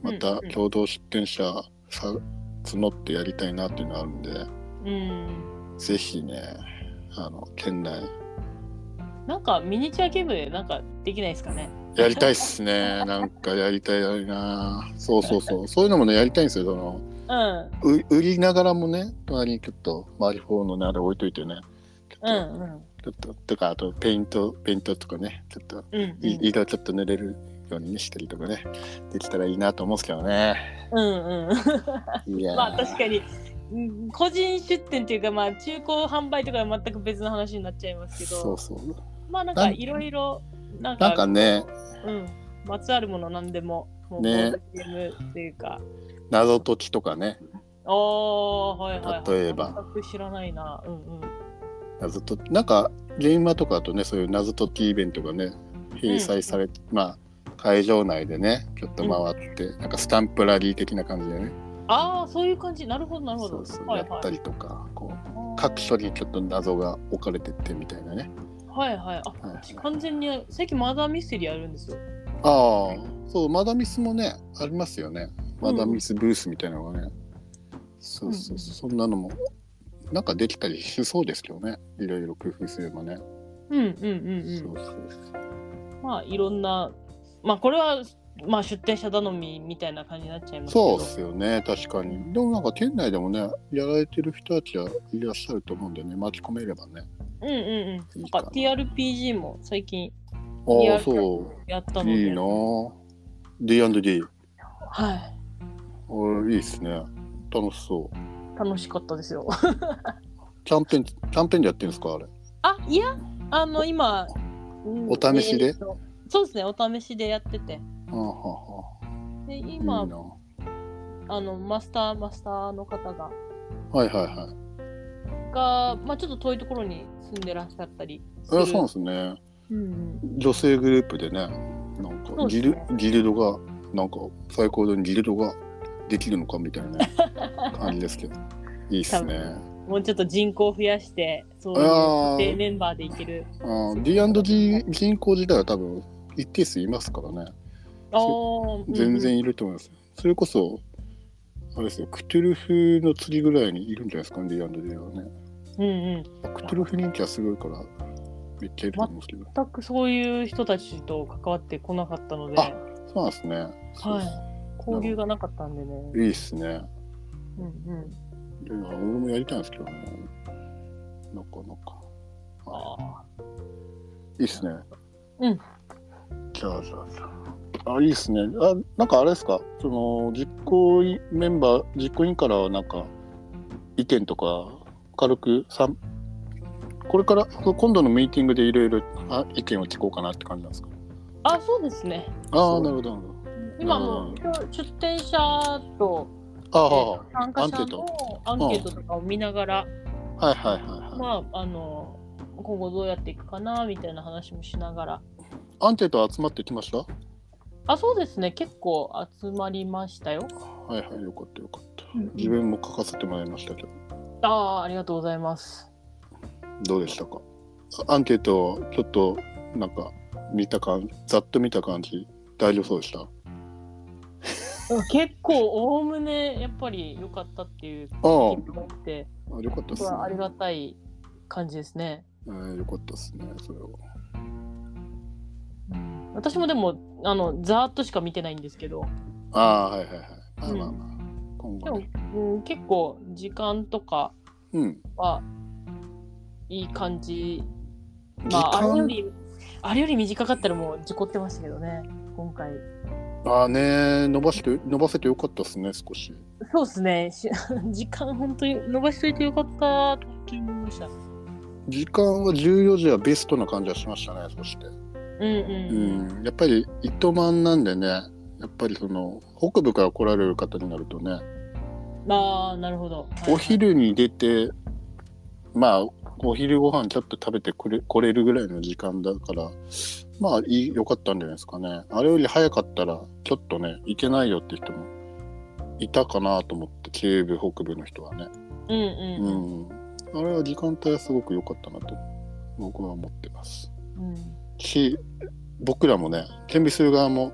ま
うん
た
うん
共同出店者さ募ってやりたいなっていうのがあるんで。
うん
ぜひね、あの、県内、
なんかミニチュアゲームでなんかできないですかね
やりたいっすね。なんかやりたいな。そうそうそう。そういうのもね、やりたいんですよ。その、
うん
う売りながらもね、隣にちょっと、マリフォーのね、あれ置いといてね。ち
う
ょっ
んうん
と、ちょっと、とか、あと、ペイント、ペイントとかね、ちょっと、
うん
い色ちょっと塗れるようにねしたりとかね、できたらいいなと思うんですけどね。
うんうんうん
いやー、
まあ確かにうん個人出店っていうかまあ中古販売とかは全く別の話になっちゃいますけど
そうそう。
まあなんか
なん
いろいろなんか
なんかね、
うん、まつわるものなんでももう
ね
ボードゲームっていうか
謎解きとかね、
おーはいはい、はい、
例えば
全く知らないなうんうん
謎解きなんかゲーマーとかだとねそういう謎解きイベントがね閉催されて、まあ会場内でねちょっと回って、なんかスタンプラリー的な感じでね
ああそういう感じなるほどなるほ
そ
ど
うそう
は
や
いは
った
い
りとかこう各所にちょっと謎が置かれてってみたいなね、
はいはいあ
はいはい
完全に最近マザーミステリーやるんですよ
ああそうマダミスもねありますよねマダミスブースみたいなのがね、そうそうそうそんなのもなんかできたりしそうですけどねいろいろ工夫すればね、
うんうんうんうん
そうそう
まあいろんなまあこれはまあ出店者頼みみたいな感じになっちゃいますけ
そうで
ど
すよね、確かに。でもなんか県内でもね、やられてる人たちはいらっしゃると思うんでね、巻き込めればね。
うんうんうん。
い
ないん
か
か
な
TRPG も最近
ああ、
や
そ
やった
う。
ので。
いいなぁ。D&D。
はい。
おいいですね。楽しそう。
楽しかったですよ。 (laughs)
キャンペーン、キャンペーンでやってるんですか、あれ。
あ、いや、あの、今、うん
お試しで
えーとそうですね、お試しでやってて。
ああ、は
で、
あはあ。
今
いい、なぁ
あの、マスター、マスターの方が、
はいはいはい。
が、まあちょっと遠いところに住んでらっしゃったりす
え
る。
そうなんですね。
うん
女性グループでね、なん
そ
か
う
ギ
です
ル、
ね
ギルドが、なんか最高でギルドができるのかみたいなね感じです
(laughs)
けど。いいっすね。
うん。もうちょっと人口増やして、そう
あー
いう固定メンバーでいける。
あー D&G 銀行自体は多分一定数いますからね
あー
全然いると思います、それこそあれですよクトゥルフの釣りぐらいにいるんじゃないですかね D&D はね
うんうんうんうん
クトゥルフ人気はすごいからめっちゃいると思うんですけど、
全くそういう人たちと関わってこなかったので、
あそうなんですねそうです
はい、交流がなかったんでね。
いいっすね
うんうん、
いや俺もやりたいんですけどねなかなか
あ
いいっすね。
うん。
じゃあじゃあじゃあ。あ、いいっすね。あ、なんかあれですか。その実行委メンバー、実行委員からはなんか意見とか軽くさん。これから今度のミーティングでいろいろあ意見を聞こうかなって感じなんですか。
ああそうですね。
あ
そ
あ、
う
なるほどなる
今もう今日出店者と、
ほど。ああ、
参加者のアンケートとかを見ながら、
はいはいはいはい。
まああの今後どうやっていくかなみたいな話もしながら。
アンケート集まってきました。は
あそうですね結構集まりましたよ。
いはい、よかったよかった。
うんうん
自分も書かせてもらいましたけど、
ああありがとうございます。
どうでしたか。あアンケートをちょっとなんか見た感じ、ざっと見た感じ、大丈夫そうでした。
結構おおむねやっぱり良かったっていう
ああ
気があって、
あよかったっす
これ
ね
はありがたい感じですね。
えーよかったっすねそれは
私もでもあのざーっとしか見てないんですけど、
ああーはいはいはいまあ
うん
まあまあ今後
でも
ね、
うん、結構時間とか
うん
はいい感じ。
時
まああれよ
間
りあれより短かったらもう事故ってましたけどね。今回。
ああね伸ばして伸ばせてよかったっすね少し
そうですね。し (laughs) 時間本当に伸ばしといてよかったと思いました。うん
時間は14時はベストな感じはしましたねそして
うん
う。んやっぱり糸満なんでねやっぱりその北部から来られる方になるとね
ああなるほど。はい
お昼に出てまあお昼ご飯ちょっと食べてくれ来れるぐらいの時間だからまあいい良かったんじゃないですかねあれより早かったらちょっとね行けないよって人もいたかなと思って中部北部の人はね
うん
う
うん
んあれは時間帯はすごく良かったなと僕は思ってます
うん。
し僕らもね準備する側も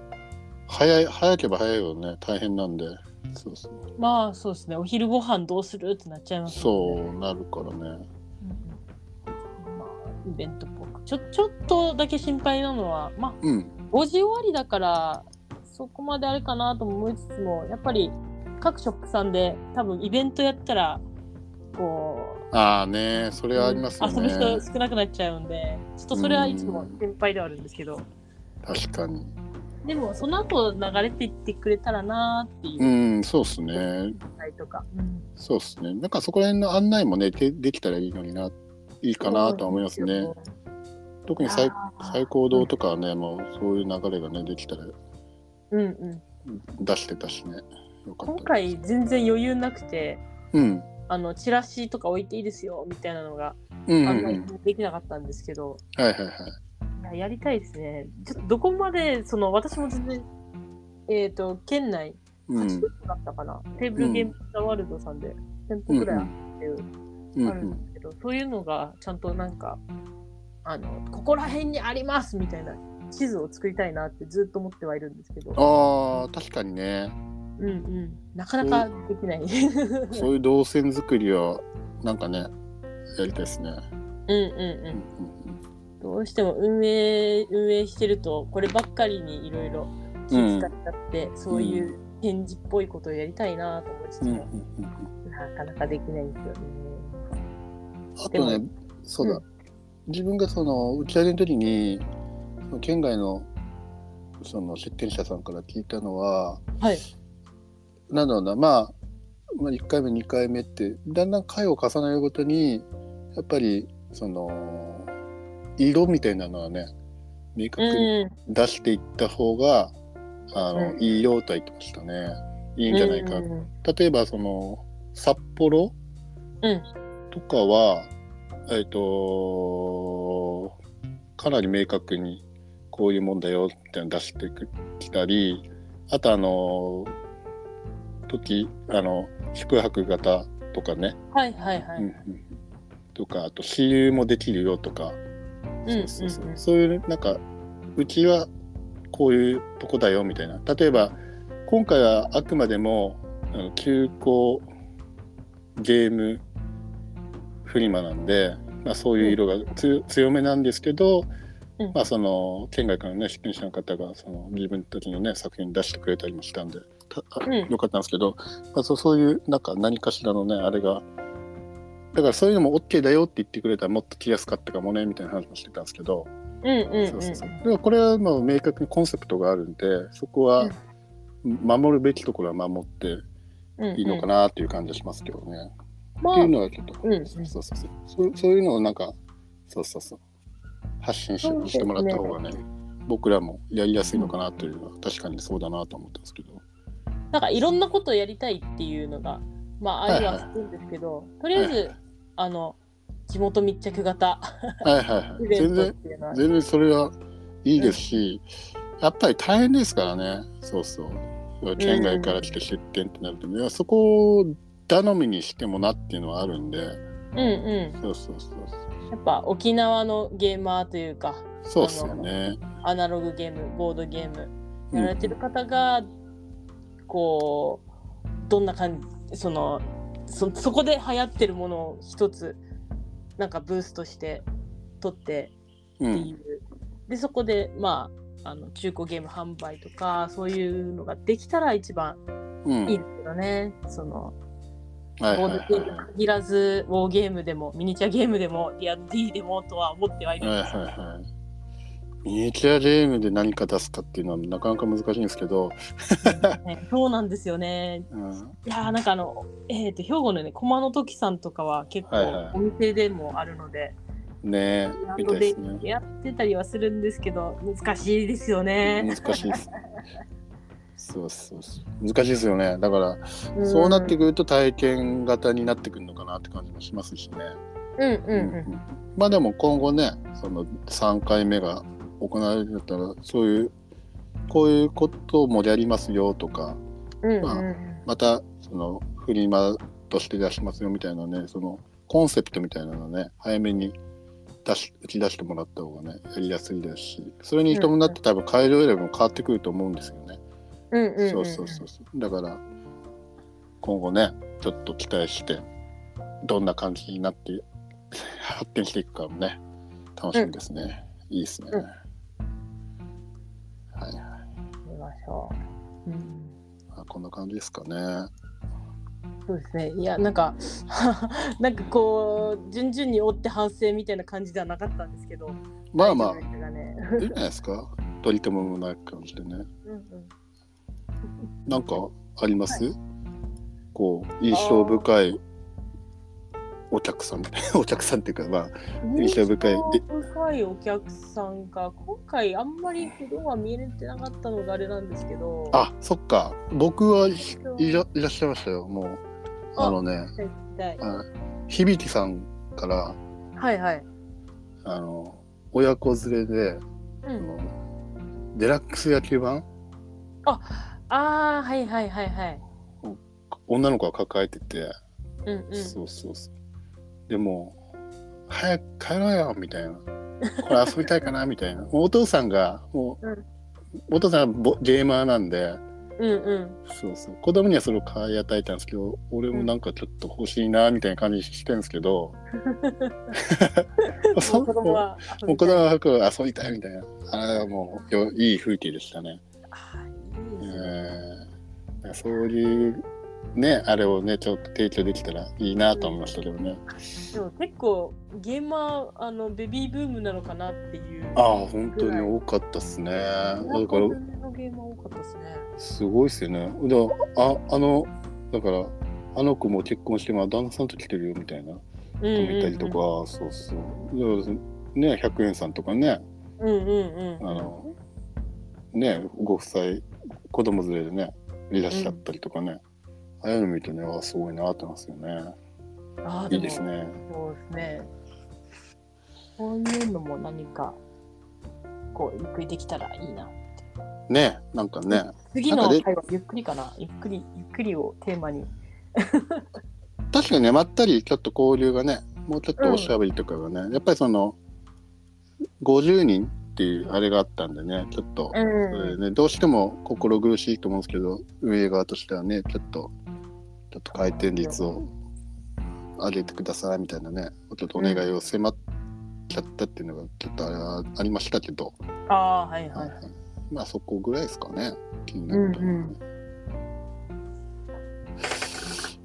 早い早ければ早いよね大変なんでそうそう
うんまあそうですね。お昼ご飯どうするってなっちゃいますもんね。
そうなるからね
うんまあイベントっぽくちょちょっとだけ心配なのはまあ
うん
5時終わりだからそこまであれかなとも思いつつもやっぱり各ショップさんで多分イベントやったらこう
ああねそれはありますよ
遊ぶ人
ね。
少なくなっちゃうんでちょっとそれはいつも心配ではあるんですけど
確かに。、
でもその後流れていってくれたらなーっていううん
そうっすね。
期待とか、
そうっすね。なんかそこら辺の案内もね、でできたらいいのにな、いいかなとは思いますね。特に最最高堂とかはね、もうそういう流れがね、できたら
うんうん、
出してたしね。よかった
今
です。
回全然余裕なくて
うん。
あのチラシとか置いていいですよみたいなのが
うん、う
案
ん、う
内
ん。
できなかったんですけど、
はいはいはい。
いややりたいですね。ちょっとどこまで、その私も全然、えっ、と、県内、
うん。
8分だったかな、テーブルゲームザワールドさんで、店舗ぐらいあってる
うん、う
あるんで
ん。
すけど、そういうのがちゃんとなんか、あの、ここら辺にありますみたいな地図を作りたいなってずっと思ってはいるんですけど、
ああ、確かにね。
うんうん、なかなかできない。う
そういう動線作りは、なんかね、やりたいですね。
ん (laughs) うんう。
うんん、
どうしても運営運営してるとこればっかりにいろいろ気遣っちゃって、そういう展示っぽいことをやりたいなと思いつつ
うん、うん、うん
も、
うん。うん
なかなかできないんですよね。
あと
で
ね
も、
そうだ、
う
自分がその打ち上げの時に、その県外のその出店者さんから聞いたのは、
はい。
なんだろうな、まあ、まあ、1回目、2回目って、だんだん回を重ねるごとに、やっぱり、その、色みたいなのはね、明確
う
に
ん。
出していった方が、あの、
うん
いいよとは言ってましたね。いいんじゃないか
うんうん
例えばその札幌
うん
とかは、えっ、とかなり明確にこういうもんだよっていうのを出してきたりあとあの時あの宿泊型とかね、
はいはいはい。
うんうんとかあと私有もできるよとか、
うん
そうそうそう
うんうん
そういうなんかうちはこういうとこだよみたいな例えば今回はあくまでもあの休校ゲームフリマなんで、まあ、そういう色がつ、強めなんですけど、
うん
まあ、その県外からね出品者の方がその自分たちの、ね、作品出してくれたりもしたんでたあ
うん
よかったんですけど、まあ、そうそういうなんか何かしらのねあれがだからそういうのも OK だよって言ってくれたらもっと着やすかったかもねみたいな話もしてたんですけど、
うんうん
そううんそうそうでもこれはもう明確にコンセプトがあるんでそこは守るべきところは守って
うんうん
いいのかなっていう感じがしますけどね。
ま
ってい
あ
うのはちょっと、
うん
そうそうそうそうそういうのをなんかそうそうそう発信し
そうですね
してもらった方がね僕らもやりやすいのかなというのは確かにそうだなと思ったんですけど。
なんかいろんなことをやりたいっていうのがまあアイデアはつくんですけど、とりあえず、
はいは
あの地元密着型
はいはいは
イ
い、
ベ
全
ントっ
然
ていうのは
全然それはいいですし、やっぱり大変ですからねそうそう県外から来て出店ってなると、いやそこを頼みにしてもなっていうのはあるんで
うんう
そうそうそうそ
んやっぱ沖縄のゲーマーというか
うそうっすよね
アナログゲームボードゲーム
う
や
ん
られてる方が、こうどんな感じそのそそこで流行ってるものを一つなんかブースとして取って
う
ってい
ん
う、でそこでまああの中古ゲーム販売とかそういうのができたら一番
うん
いいですけどね、その
はい
ボ
はい
ード
はい
ゲームに限らずウォーゲームでもミニチュアゲームでもリアル D でもとは思ってはいるん
はい
で
は
す
いはいミニチュアゲームで何か出すかっていうのはなかなか難しいんですけど、
けどね、そうなんですよね
うん、
いやーなんかあの、えー、と兵庫のね駒の時さんとかは結
はいはい
構お店でもあるので、
ねえ
ラン
みた
ド
いで
です
ね
やってたりはするんですけど難しいですよね。
難しいですそうそうそう難しいですよねだから
ん
そうなってくると体験型になってくるのかなって感じもしますしね。
うんうん
うん
う
うんまあでも今後ねその3回目が行われるんだったらそういうこういうこともやりますよとか
んうん
まあ
うん
またそのフリマとして出しますよみたいなねそのコンセプトみたいなのね早めに出し打ち出してもらった方がねやりやすいですしそれに伴って多分改良選びも変わってくると思うんですよね。
うんうんうん
そうそうそうそうだから今後ねちょっと期待してどんな感じになって (laughs) 発展していくかもね楽しみですね、いいですね、
う
は
ん
いはい
行きましょう。うん
あこんな感じですかね
そうですね、いやなんか (laughs) なんかこう順々に追って反省みたいな感じではなかったんですけど
まあまあ
大丈夫ですかね
いいじゃないですか取り留めもない感じでね
うんうん
なんかあります、こう印象深いお客さん (laughs) お客さんっていうかまあ印象深い
印象深いお客さんが今回あんまり普段は見れてなかったのがあれなんですけど
あそっか僕はい
そう
いらいらっしゃいましたよもう
あ
あのね
絶対
あ響さんから
はいはい、
あの親子連れで、
う
あ
ん、
のデラックス野球盤
ああはいはいはいはい
女の子が抱えてて、
うんうん
そうそうそうでも「早く帰ろうよ」みたい
(laughs)
な「これ遊びたいかな」みたいなもうお父さんがもう、
うん
お父さんがボゲーマーなんで
うんうん
そうそう子供にはそれを買い与えたんですけど俺もなんかちょっと欲しいなみたいな感じしてるんですけど、
(laughs)
(laughs) そ
もう子供は遊び
僕
たい
の箱が遊びたいみたいなあれはもうよいい風景でしたね、
あ
え
ーいいですね
ーそういうねあれをねちょっと提供できたらいいなと思いましたけどね、
でも結構ゲーマーあのベビーブームなのかなっていう
ああ本当に多かったっすねだ
なん
か
から女のゲーマー多かったですね
すごいっすよねだからああのだからあの子も結婚してまあ旦那さんと来てるよみたいな
う
人
ん
もいたりとか、そうそうだからね100円さんとかね
うんうんうん
あのねご夫妻子供連れでねいらっしゃったりとかね、ああいうの見るとねあすごいなってますよね
あー
い
で
い
も
ですね
そうですねこういうのも何かこうゆっくりできたらいいな
ねなんかね
次
なん
の
かで
回はゆっくりかなゆっくりゆっくりをテーマに
確かにねまったりちょっと交流がねもうちょっとおしゃべりとかがね、やっぱりその50人っていうあれがあったんでね、ちょっと、
う
それ
ん。
ね、どうしても心苦しいと思うんですけど、運営側としてはね、ちょっと、ちょっと回転率を上げてくださいみたいなね、ちょっとお願いを迫っちゃったっていうのが、ちょっとあれはありましたけど、
ああ、はい
は
はいい
は。い、まあそこぐらいですかね、気になるところはね
うん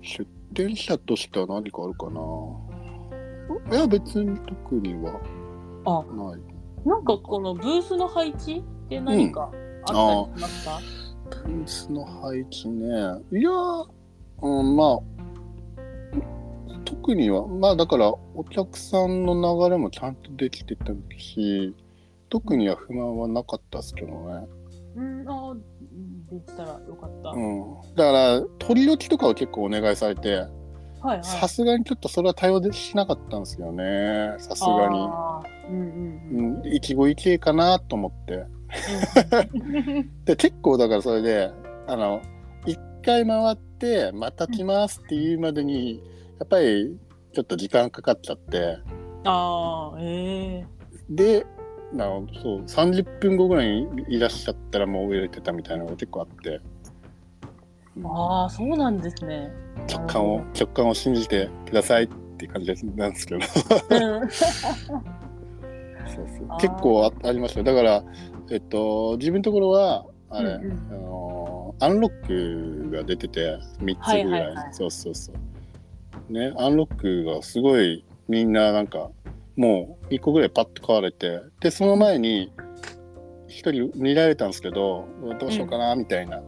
出店者としては何かあるかな。いや、別に特には
あ、
ない。
なんかこのブースの配置で何かあったりしますか、
ブースの配置ねいやー、うん、まあ特にはまあだからお客さんの流れもちゃんとできてたし特には不満はなかったですけどね、
うん、ああ、できたらよかった。
う
はい
ん、だから取り置きとかは結構お願いされて
はい。
さすがにちょっとそれは対応でしなかったんですよねさすがに。
あー。うんうん
う
うん。
ん、いちごいけかなと思ってで結構だからそれであの一回回ってまた来ますっていうまでにやっぱりちょっと時間かかっちゃって
(laughs) ああ、ええ
でなそう30分後ぐらいにいらっしゃったらもう売れてたみたいなのが結構あって
ああ、そうなんで
(laughs)
すね。
直感を直感を信じてくださいっていう感じなんですけどそう
うん。
そう
あー
結構あありましたよだから、えっと、自分のところはあれ、
うんうん
あのーアンロックが出てて3つぐらい,、
はいはいはい
そうそうそうねアンロックがすごいみんななんかもう1個ぐらいパッと買われてでその前に1人見られたんですけどどうしようかなみたいな、
うん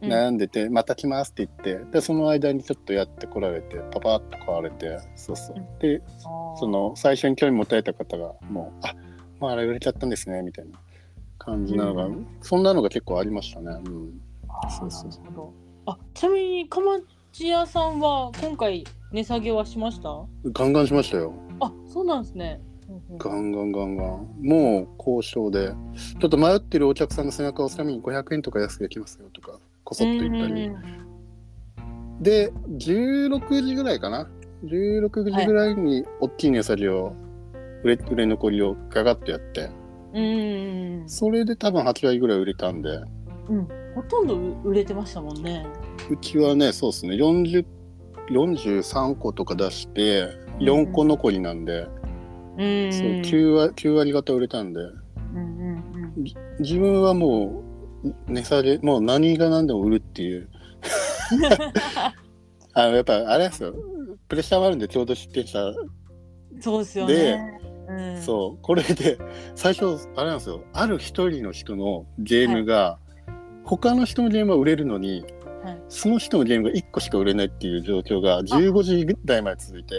悩んでて「また来ます」って言ってでその間にちょっとやってこられてパパッと買われてそうそう
うん
でそ
そ、
の最初に興味持たれた方がもう「あまああれ売れちゃったんですね」みたいな感じなのが、
うん
そんなのが結構ありましたね。うん
あー
そうそうそ
なるほどあちなみに、かまち屋さんは今回値下げはしました
ガンガンしましたよ。
あ、そうなんですね。うんうん
ガンガンガンガン。もう交渉で、ちょっと迷ってるお客さんの背中を押すために500円とか安くできますよとか、こそっと言ったり。で、16時ぐらいかな。16時ぐらいに大きい値下げを、売れ売れ残りをガガッとやって、
うんうん
それで多分8割ぐらい売れたんで、
うん、うん、ほとんど売れてましたもんね。
うちはね、そうですね、40 43個とか出して、4個残りなんで、
うん
そう9割、9割方売れたんで、
うんうん
自分はもう値下げもう何が何でも売るって
(laughs)
いう (laughs) あのやっぱあれですよプレッシャーもあるんでちょうど出店者、
うん、そうですよ
で
ね。うん、
そうこれで最初あれなんですよある一人の人のゲームが、他の人のゲームは売れるのに、
はい
その人のゲームが1個しか売れないっていう状況が15時台まで続いて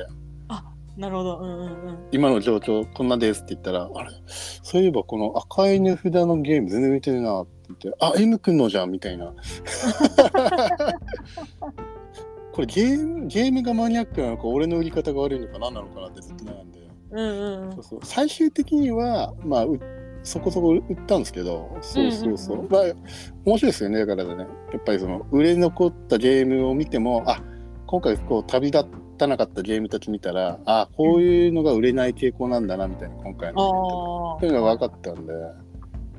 なるほど。うんうんうん。
今の状況こんなですって言ったらあれそういえばこの赤い値札のゲーム全然売れてるなって言ってあ M 君のじゃんみたいなこれゲームゲームがマニアックなのか俺の売り方が悪いのか何なのかなってずっと悩んで
うんうんうん
そうそう最終的にはまあうそこそこ売ったんですけどそうそうそう,、
うんうんうん
まあ面白いですよねだからねやっぱりその売れ残ったゲームを見てもあ今回こう旅立たなかったゲームたち見たらあこういうのが売れない傾向なんだなみたいな今回のイベントでって
あ
いうのが分かったんで、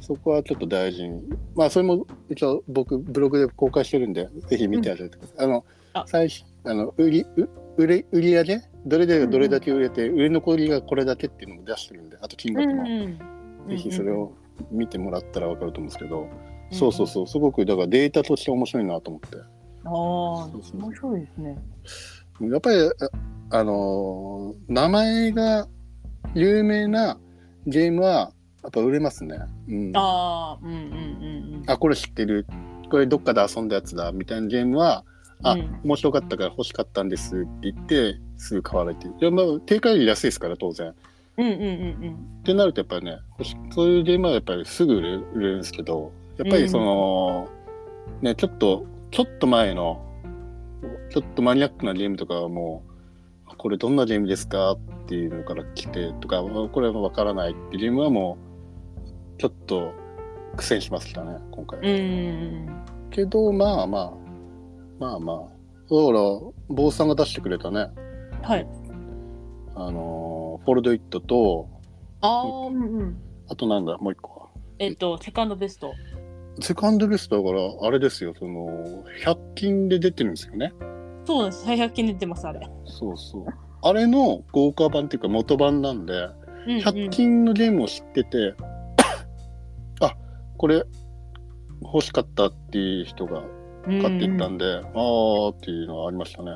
そこはちょっと大事に。まあ、それも一応僕、ブログで公開してるんで、ぜひ見てあげてください。あの、
あ
最初、あの、売り、う売れ、売り上げどれでどれだけ売れて、売れ残りがこれだけっていうのも出してるんで、あと金
あ。う
額
ん
も。
うん。
ぜひそれを見てもらったら分かると思うんですけど、
うん。
そうそうそう、すごくだからデータとして面白いなと思って。
うん。ああ
そうそ、う
面白いですね。
やっぱり、ああのー名前が有名なゲームは、やっぱ売れますね。うん。
ああ、うんうんうんうん。
あこれ知ってるこれどっかで遊んだやつだみたいなゲームはあ、
うん
面白かったから欲しかったんですって言ってすぐ買われていやまあ定価より安いですから当然っ
うんうんうん
てなるとやっぱりね欲しそういうゲームはやっぱりすぐ売れ売れるんですけどやっぱりその、ねちょっとちょっと前のちょっとマニアックなゲームとかはもうこれどんなゲームですかっていうのから来てとかこれはわからないっていうゲームはもうちょっと苦戦しましたね今回は
うん。うんうんうん。
けどまあまあまあまあだから坊さんが出してくれたね
はい。
あのーフォールドイットと
ああ、うんうん。
あとなんだ、もう一個。
えっと、セカンドベスト。
セカンドベストだから、あれですよ、その、100均で出てるんですよね。
そうなんです。最100均出てます、あれ。
そうそう。あれの豪華版っていうか元版なんで、
うんうん
100均のゲームを知ってて、あこれ欲しかったっていう人が買っていったんで、ああっていうのはありましたね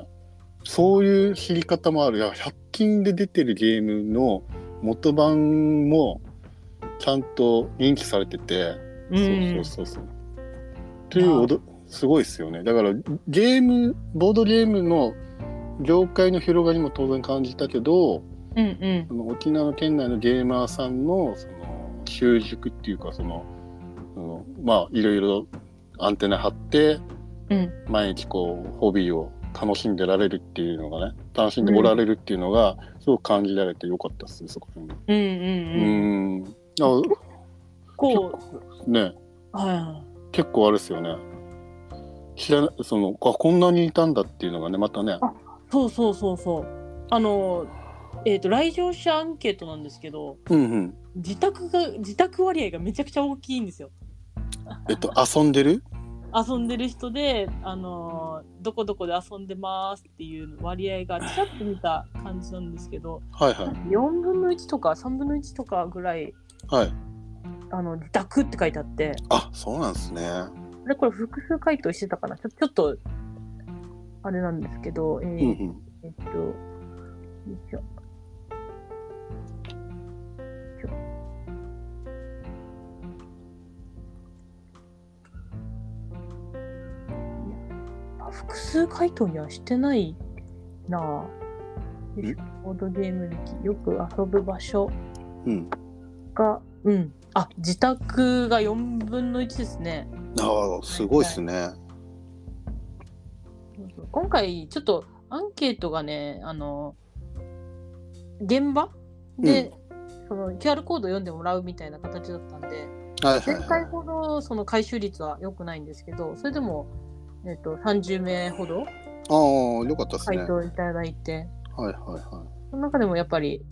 そういう知り方もあるいや100均で出てるゲームの元版もちゃんと認知されてて、
うんうん
そうそうそうそうというおどすごいですよねだからゲームボードゲームの業界の広がりも当然感じたけど、
うんうん
その沖縄県内のゲーマーさんのその習熟っていうかそのそのまあいろいろアンテナ張って
うん
毎日こうホビーを楽しんでられるっていうのがね楽しんでおられるっていうのがすごく感じられてよかったっすねそこら辺
うん
う
うんうん。
んあ
こう、
ね
はいはい。
結構あれですよね知らなそのあこんなにいたんだっていうのがねまたね
そうそうそうそう。あの、えっ、と、来場者アンケートなんですけど、
うんうん
自宅が、自宅割合がめちゃくちゃ大きいんですよ。
えっと遊んでる
遊んでる人で、あのーどこどこで遊んでますっていう割合がちらっと見た感じなんですけど、
はいはい
4分の1とか3分の1とかぐらい、
はい
あの、自宅って書いてあって、
あそうなんですね
あれこれ複数回答してたかなちょちょっと、あれなんですけど、えー
うんうん
えっと、よいしょ。よいしょいやあ複数回答にはしてないなぁ。よいしょボードゲーム歴、よく遊ぶ場所
うん
が、うん。あ、自宅が4分の1ですね。
ああすごいっすね
そうそう今回ちょっとアンケートがねあの現場で、その QR コード読んでもらうみたいな形だったんで
はいはい
前
はい
回ほどその回収率は良くないんですけどそれでも、えっと30名ほど
ああ、よかったですね。は
回
いは
答いただいて、
いは
その中でもやっぱり、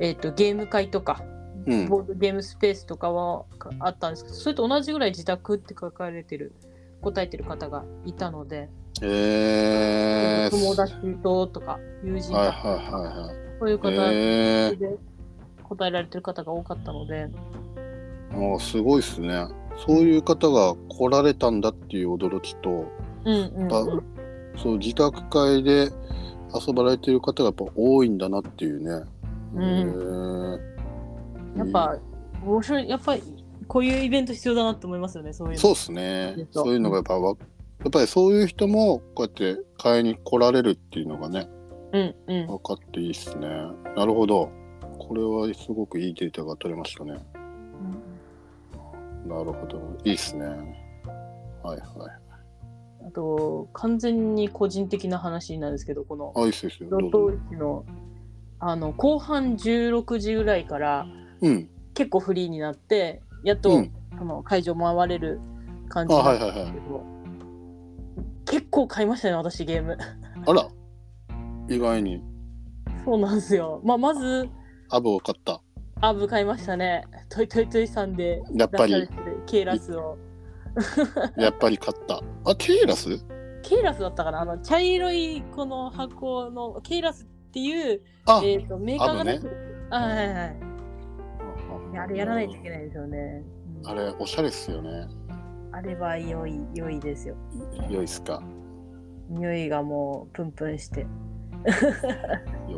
えっとゲーム会とか
い。うん。
ボードゲームスペースとかはかあったんですけどそれと同じぐらい自宅って書かれてる答えてる方がいたので。
えー。
友達ととか友人と
はいはい
かそういう
はいは
方
い。
で
え
答えられてる方が多かったので、
ー。ああ、すごいですね。そういう方が来られたんだっていう驚きと、
うんうん
やっぱそう自宅会で遊ばれてる方がやっぱ多いんだなっていうね。
うん
えー
やっぱ面白いやっぱりこういうイベント必要だなと思いますよねそういうの
そうですね。
そう
そういうのがやっぱわ、やっぱりそういう人もこうやって買いに来られるっていうのがね。
うんうん
分かっていいっすね。なるほど。これはすごくいいデータが取れましたね。なるほど。いいっすね。はいはい。
あと完全に個人的な話なんですけどこの
あ、いいっすよいいっすよ。どうぞ
路頭。市のあの後半16時ぐらいから
うん。
結構フリーになってやっと、
うん。
あの会場回れる感
あ、
じにな
はい
ったん
は
で
いは
す
い。
けど、結構買いましたね私ゲーム (laughs)
あら。意外に。
そうなんですよ、まあ、まず
アブを買った。
アブ買いましたね。トイトイトイさんで
やっぱ
出
り
(laughs) さ、れてるケイラスを。
やっぱり買った。あ、ケイラス
ケイラスだったかなあの茶色いこの箱のケイラスっていう、
あ、
えー、とメーカーが出
ア
てる。あ、はいはいはいいや。あれやらないといけ
ない。
ないですよね。うん
あれ、おしゃれっすよね。
あれは良い、良いですよ。
良いっすか。
匂いがもうプンプンして。
よ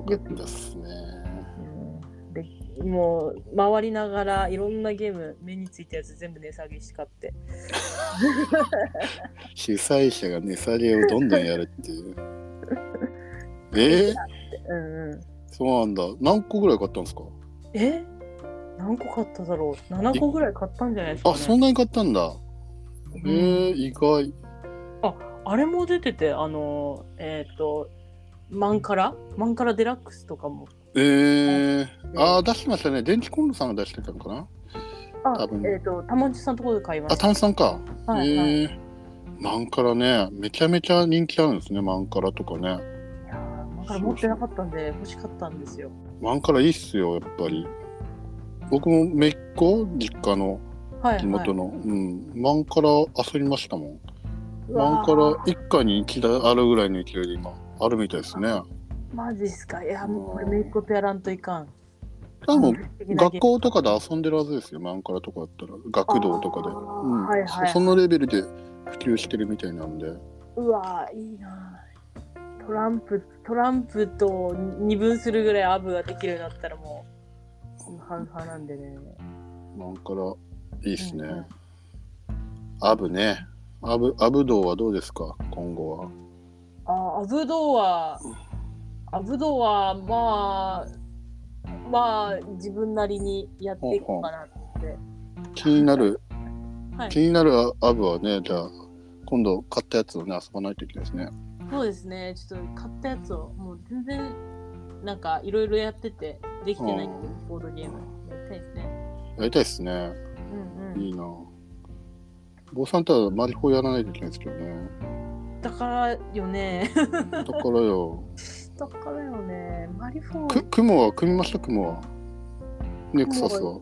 かったっすね。
うんでもう回りながらいろんなゲーム目についたやつ全部値下げして買って
主催者が値下げをどんどんやるって
(laughs)
いう。えー、
うんうん
そうなんだ。何個ぐらい買ったんですか。
え何個買っただろう7個ぐらい買ったんじゃないですか、ね、
あ、そんなに買ったんだ。え
うん
ー、意外。
あれも出てて、あのー、えっ、と、マンカラマンカラデラックスとかも。
えー、あー、出してましたね。電池コンロさんが出してたのかな。
あ
多分、
えっ、と、たまんちさんところで買いま
あ、
した。
炭酸か。
はいはい
えー。マンカラね、めちゃめちゃ人気あるんですね、マンカラとかね。
いやーマンカラ持ってなかったんで、欲しかったんですよ。
マンカラいいっすよ、やっぱり。僕もめいっ子実家の
はい、はい。
地元の、うん満から遊びましたもん
う
満
わ
か
ー
ら一家に一台あるぐらいの勢いで今あるみたいですね
マジっすか。いや、もうこれめいっ子とやらんといかん。
多分
完璧なゲーム
学校とかで遊んでるはずですよ満からとかだったら学童とかで、
あー
うん
はいはいはい
そそのレベルで普及してるみたいなんで
うわーいいなートランプトランプと二分するぐらいアブができるようになったらもう半々なんでね
満からいいですね、
うんうん
アブねアブアブ道はどうですか今後は
あーアブドはアブドはまあまあ自分なりにやっていこうかなって
気になる、
はい
気になるアブはねじゃあ今度買ったやつをね遊ばないといけないですね
そうですねちょっと買ったやつをもう全然なんかいろいろやっててできてないんで
う
ボードゲームやりたいですね
やりたいですね
うんうん
いいな坊さんとはマリホやらないといけないですけどね
だから
(laughs)
よね
だから
(laughs)
よ
だからよねマリフォー
く雲は組みました雲はネクサスは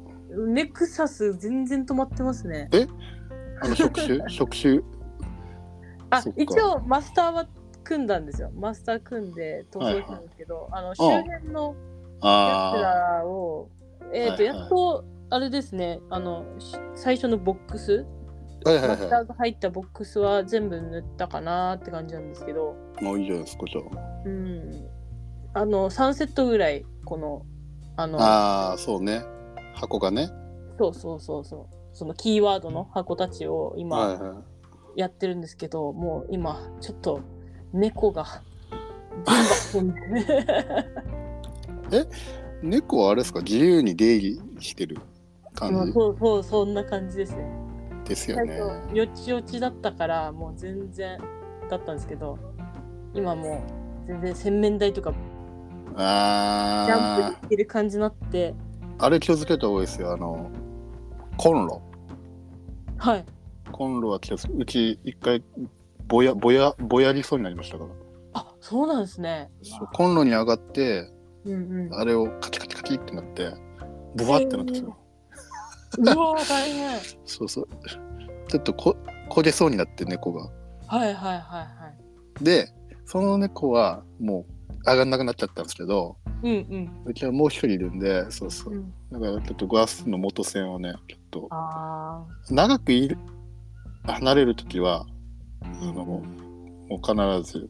ネクサス全然止まってますね。
あの触手
(laughs)
触手
あ
そっか
一応マスターは組んだんですよ。マスター組んで塗装したんですけど、あの周辺のやつ
あ
らをえっ、
は
と、
いはい
やっとあれですねあのし最初のボックス、
あはいはい
マスタ
は
ーが入ったボックスは全部塗ったかなって感じなんですけど、
いもういいじゃないですかじゃ
うんあの3セットぐらいこのあの
ああーそうね箱がね
そうそうそうそうそのキーワードの箱たちを今。
はいは
やってるんですけどもう今ちょっと
(laughs)
猫が全部運んで
い猫はあれですか自由に出入りしてる
(laughs) もう
感
そうそうそんな感じですね
じですよ
最
ね
初よちよちだったからもう全然だったんですけど今もう全然洗面台とかジャンプ
あ
で行ける感じになって
ああれ気をつけた方がいいですよあのコンロ
はい
コンロは気をつけうち一回ぼやぼやぼやりそうになりましたから
あそうなんですね
そうコンロに上がって
うんうん
あれをカチカチカチってなってボワってなったんですよ、
うわー大変
そうそうちょっとこ焦げそうになって猫が
はいはいはいはい
でその猫はもう上がんなくなっちゃったんですけど
うんうん
うちはもう一人いるんでそうそう
うん
だからちょっとガスの元栓をねちょっと
あ
長くいる離れる時はあ
ー
のもうもう必ず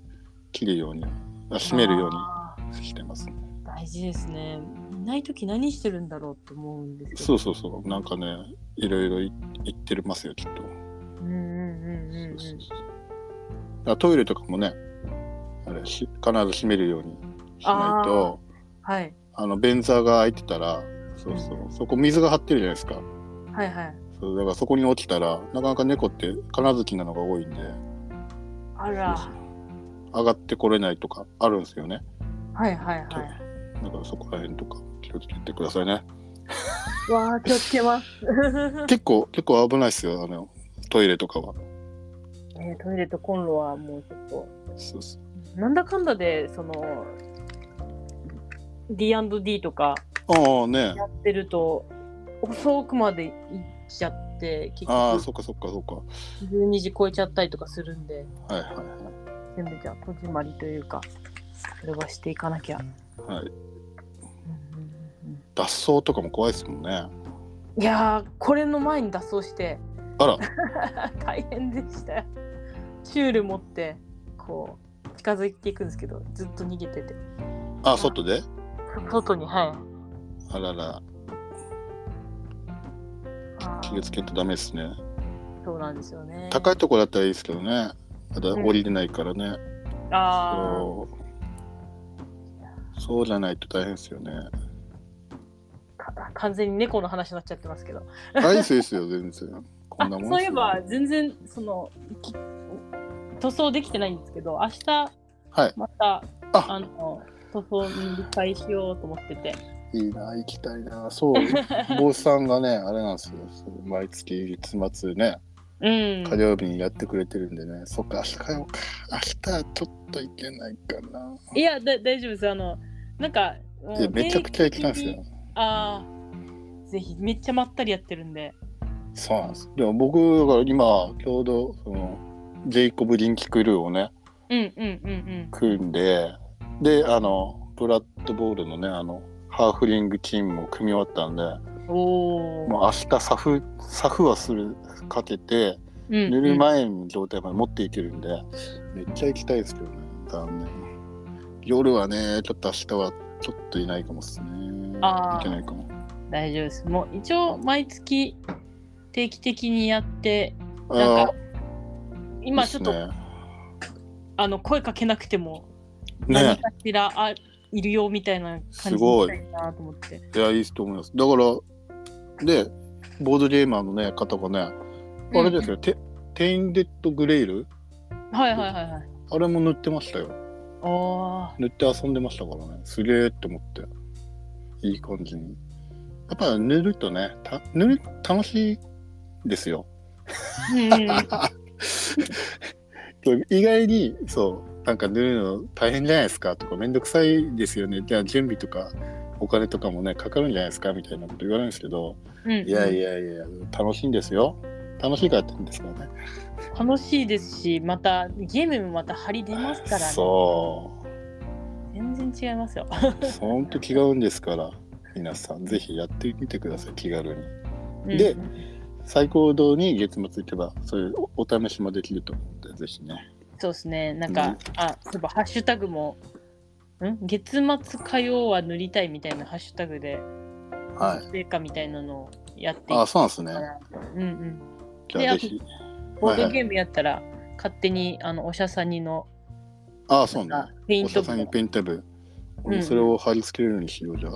切るようにあ閉めるよう
あ
にしてます
ー大事ですねいない時何してるんだろうって思うんですけど
そうそうそうなんかねいろいろい言ってますよちょっと
うんうんうんうんうん
そうそうそうだからトイレとかもねあれし必ず閉めるようにしないと
はい
あの便座が開いてたらそうそう、そこ水が張ってるじゃないですか
はいはい
そうだからそこに落ちたらなかなか猫って金好きなのが多いんで
あら
そうそう上がってこれないとかあるんですよね
はいはいは
だからそこら辺とか気をつけてくださいね
いわあ気をつけますえ
結構結構危ないですよあのトイレとかは
ートイレとコンロはもうちょっと
そうそう
なんだかんだでその D&D とか
ああね
やってると遅くまで行っちゃって結
ああ
局
そっかそっかそっか
12時超えちゃったりとかするんで
はいはいはい
全部じゃあ戸締まりというかそれはしていかなきゃ、
はい、
うんうんうんうん
脱走とかも怖いですもんね
いやーこれの前に脱走して
あら
(laughs) 大変でしたよチュール持ってこう近づいていくんですけどずっと逃げてて
あ外で
外にはい
あらら
あ
気を
ー
つけるとダメですね
そうなんですよね
高いとこだったらいいですけどねまだ降りれないからね、
あー
そうそうじゃないと大変ですよね
か完全に猫の話になっちゃってますけど
アイスですよ全然こ
あ
んなもん
そ
っ
う
す
いえ
よ
ば全然そのき塗装できてないんですけど明日
はい
また
あ
あの塗装に理解しようと思ってて
いいな行きたいな
(laughs)
そう坊主さんがねあれなんですよそう毎月月末ね
うん
火曜日にやってくれてるんでね、そっか明日かよ明日はちょっと行けないかない
やだ大丈夫ですあのなんかもう
いやめちゃくちゃ行きたいんですよ
ああぜひ、めっちゃまったりやってるんで。
そうなんです。でも僕が今ちょうどそのジェイコブ・リンキ・クルーをね
うんうんうんうん。
組んでであのブラッドボールのねあのハーフリングチームも組み終わったんで
お
もう明日サフサフはするかけて
ー。
塗
う
る
んうん
前の状態まで持っていけるんでめっちゃ行きたいですけどね残念夜はねちょっと明日はちょっといないかもっすね
あー
いけないかも
大丈夫です。もう一応、毎月定期的にやって、な
あ
ん
ー
か、今ちょっと、
いいすね
あの声かけなくても、何
ね
かしらあいるよみたいな感じ
す
に
ごい
したいなと思って。
いや、いいと思います。だから、で、ボードゲーマーの、ね、方がね、あれですよ、テテインデッドグレイル
はいはいはいはい。
あれも塗ってましたよ。
お
塗って遊んでましたからね、すげえって思って、いい感じに。やっぱ塗るとね、た塗る楽しいですよ。
ー。
意外に、そう、なんか塗るの大変じゃないですかとか、めんどくさいですよね。じゃあ準備とか、お金とかもね、かかるんじゃないですかみたいなこと言われるんですけど、いやい
や。
やいや、楽しいんですよ。楽しいからやってるんですからね。
楽しいですし、またゲームもまた張り出ますからね。
そ
全然違いますよ。
う。ほんと違うんですから、皆さん、ぜひやってみてください、気軽に。
うん
で最高堂に月末行けば、そういうおお試しもできると思うんで、ぜひね。
そうですね。なん
う
か
ん、
あ、そういえばハッシュタグも、ん月末火曜は塗りたいみたいなハッシュタグで、
はい。
成果みたいなのをやってい
あ、
く
そうなんです
か
ね。
ら。うんうん。
じゃあ、ぜ
で
ひ。
ボー
はい
ド
はい
ゲームやったら、勝手にあのおしゃさにの
あ、そう
あ
ね。
ペ
お
イン
医
ト
者
部
さんにペンタブ。俺
うん
もそれを貼り付けるようにしよう、じゃあ。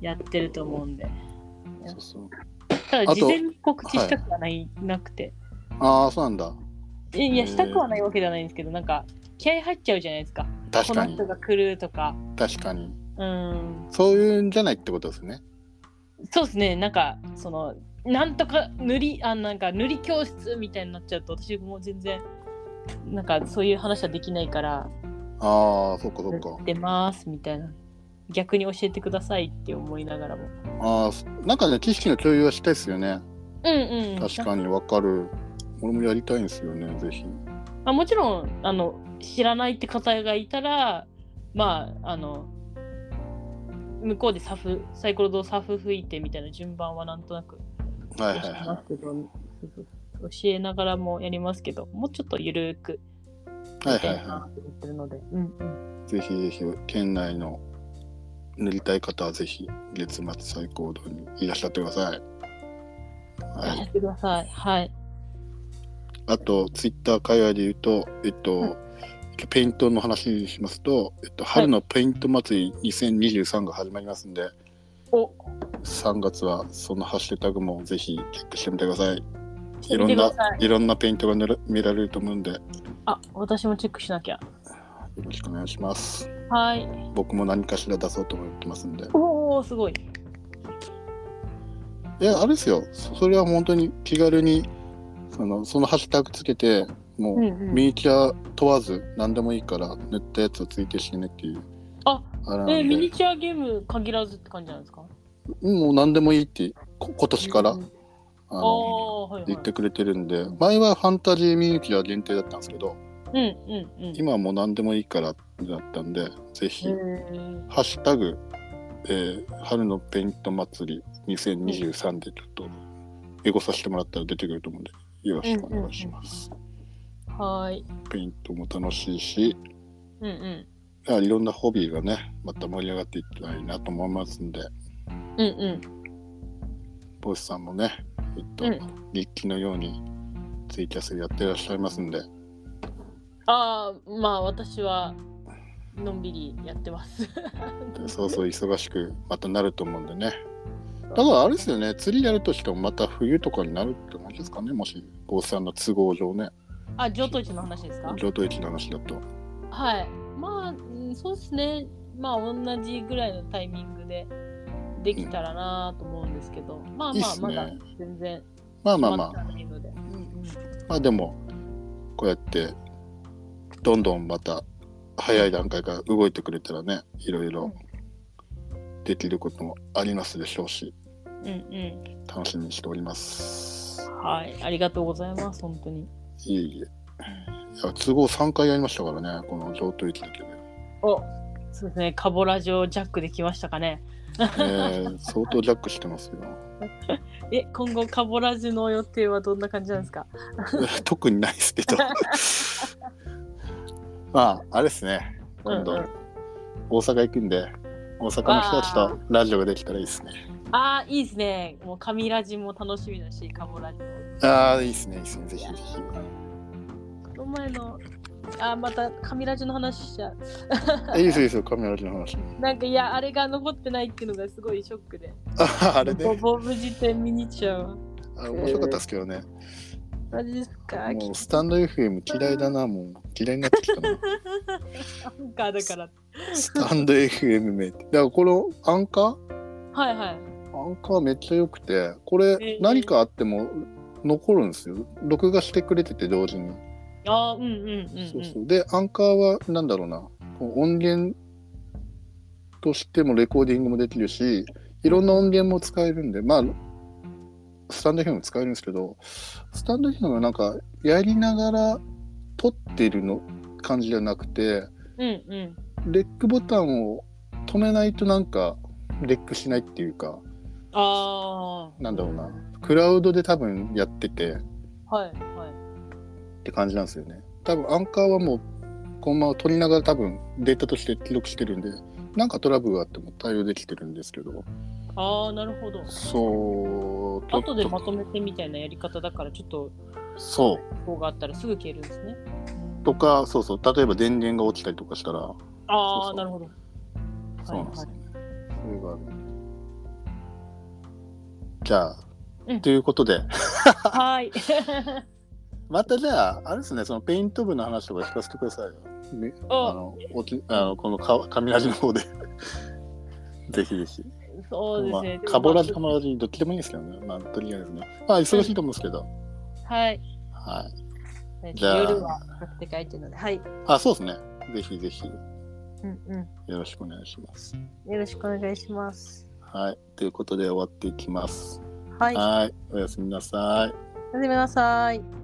やってると思うんで。
そうそう。
た
あと
だ事前に告知したくはない、なくて。
ああ、そうなんだ。
えいや、
へー
したくはないわけじゃないんですけど、なんか気合入っちゃうじゃないですか。
確
こ
か
の
に
人。が来るとか。
確かに。
うん。
そういうんじゃないってことですね。
そうですね、なんか、その、なんとか塗り、あなんか塗り教室みたいになっちゃうと、私もう全然、なんかそういう話はできないから、
ああ、そっかそ
塗
っか。
ってますみたいな。逆に教えてくださいって思いながらも。
ああ、なんかね、知識の共有はしたいですよね。
うんうん。
確かにわかる。俺もやりたいんですよね、ぜひ。
まあ、もちろんあの知らないって方がいたらまああの向こうでサフサイコロ堂サフ吹いてみたいな順番はなんとなく教
はい
え
はい
ま
は
すけど、そうそう教えながらもやりますけどもうちょっとゆるく
い。はい
た
はい
いな
は
と思ってるので、うんうん
い。ぜひぜひ、県内の塗りたい方はぜひ、月末最高堂にいらっしゃってください。は
や
い。
ってくださいはい
あと、ツイッター界隈で言うと、えっと、ペイントの話にしますと、えっと、春のペイント祭り2023が始まりますんで、
お
3月はそのハッシュタグもぜひチェックしてみてください。
して
い
み
ろん
てくだ
な
さい、
いろんなペイントが塗ら見られると思うんで、よ
あ私もチェックしなきゃ
ろしくお願いします。
はい
僕も何かしら出そうと思ってますんで。
おおすごい
いや、あれですよ。そそれは本当に気軽に、その、そのハッシュタグつけて、もう、
うんうん
ミニチュア問わず、何でもいいから、塗ったやつをツイートしてねっていう。
あ、
あれなん
え
で、
ミニチュアゲーム限らずって感じなんですか
うんもう何でもいいって、こ今年から、
うん
あ
あ
の、
あはいはい
言ってくれてるんで、前はファンタジーミニチュア限定だったんですけど、
うんうんうん
今はもう何でもいいからだったんで、ぜひ、
うん
ハッシュタグ、えー春のペイント祭り2023でちょっとエゴさせてもらったら出てくると思うんで、よろしくお願いします。
はーい。
ペイントも楽しいし、
うんう
あ
ん。
いろんなホビーがね、また盛り上がっていったらいいなと思いますんで、
うんうん。
ボスさんもね、えっと、
うん
日記のようにツイキャスやってらっしゃいますんで、
ああ、まあ私はのんびりやってます。
そうそう忙しくまたなると思うんでね。だからあれですよね、釣りやるとしてもまた冬とかになるって感じですかね、もし、ボスさんの都合上ね、
あ、上等市の話ですか
上等駅の話だと。
はい。まあ、うんそうですね。まあ同じぐらいのタイミングでできたらなと思うんですけど、まあ
いいっ
まあ
すね
まだ全然
まあまあま
決ま
あ
って、ないので。うん
まあでも、こうやって、どんどんまた、早い段階から動いてくれたらね、いろいろできることもありますでしょうし、
うんう
楽しみにしております。
ん。はい。ありがとうございます、本当に。
いえいえ。いや都合3回やりましたからね、この上等駅だけで。
おそうですね、カボラジオジャックできましたかね。
えー、相当ジャックしてますよ。
え、今後カボラジの予定はどんな感じなんですか
(laughs) 特にないですけ
(laughs)
ど。まあ、あれですね。今
うん
度
うん、
大阪行くんで、大阪の人たちとラジオができたらいいですね。
ああ、いいですね。もう神ラジも楽しみだし、カボラジも。
ああ、いいですね、いいですね。ぜひぜひ。
この前の、あーまた神ラジの話しちゃう。
えいいですよ、いいですよ、カメラの話。
なんか、いや、あれが残ってないっていうのがすごいショックで。
あ (laughs) あれで、
ボボブ辞典見に行っちゃうわ。
あ面白かったですけどね。
マジですか
もうスタンド FM 嫌いだな、もう嫌いになってきたな。
アンカーだから。
スタンド FM 名って。だからこのアンカー
はいはい。
アンカーめっちゃ良くて、これ
え
何かあっても残るんですよ。録画してくれてて同時に。
ああ、うんうんうん、うん。
そうそう。で、アンカーはなんだろうな、こう音源としてもレコーディングもできるし、いろんな音源も使えるんで、まあ、スタンド FM も使えるんですけど、スタンド FM はなんか、やりながら撮ってるの感じじゃなくて、
うんうん。
レックボタンを止めないとなんか、レックしないっていうか、
ああ。
なんだろうな、クラウドで多分やってて
はいはい。
って感じなんですよね。多分アンカーはもう、このまま撮りながら多分データとして記録してるんで、なんかトラブルがあっても対応できてるんですけど、
ああ、なるほど。
そう、ちょっと
後でまとめてみたいなやり方だから、ちょっと、
そ
こうがあったらすぐ消えるんですね。
う、とか、そうそう、例えば電源が落ちたりとかしたら、
あ
そうそ
あ、
う
なるほど。
そうなんですよ
は
ね。それがある。じゃあ、
うん
ということで、 (laughs)
はい。
またじゃあ、あれですね、そのペイント部の話とか聞かせてくださいよ。みあ
お
の、おきあのこのか雷の方で。 (laughs) ぜひぜひ。
そうですね。
まあ、カボラジ、
で
カ
も
ボラジ、どっちでもいいですけどね。まあ、とりあえずね。まあ、忙しいと思うんですけど。
はい。
はい。じゃあ
夜は比較的空いてるので、はい。
あ、そうですね。ぜひぜひ、よ
うんう
ろしくお願いします。
ん。よろしくお願いします。
はい。ということで、終わっていきます。
はい。
はい。おやすみなさい。
おやすみなさい。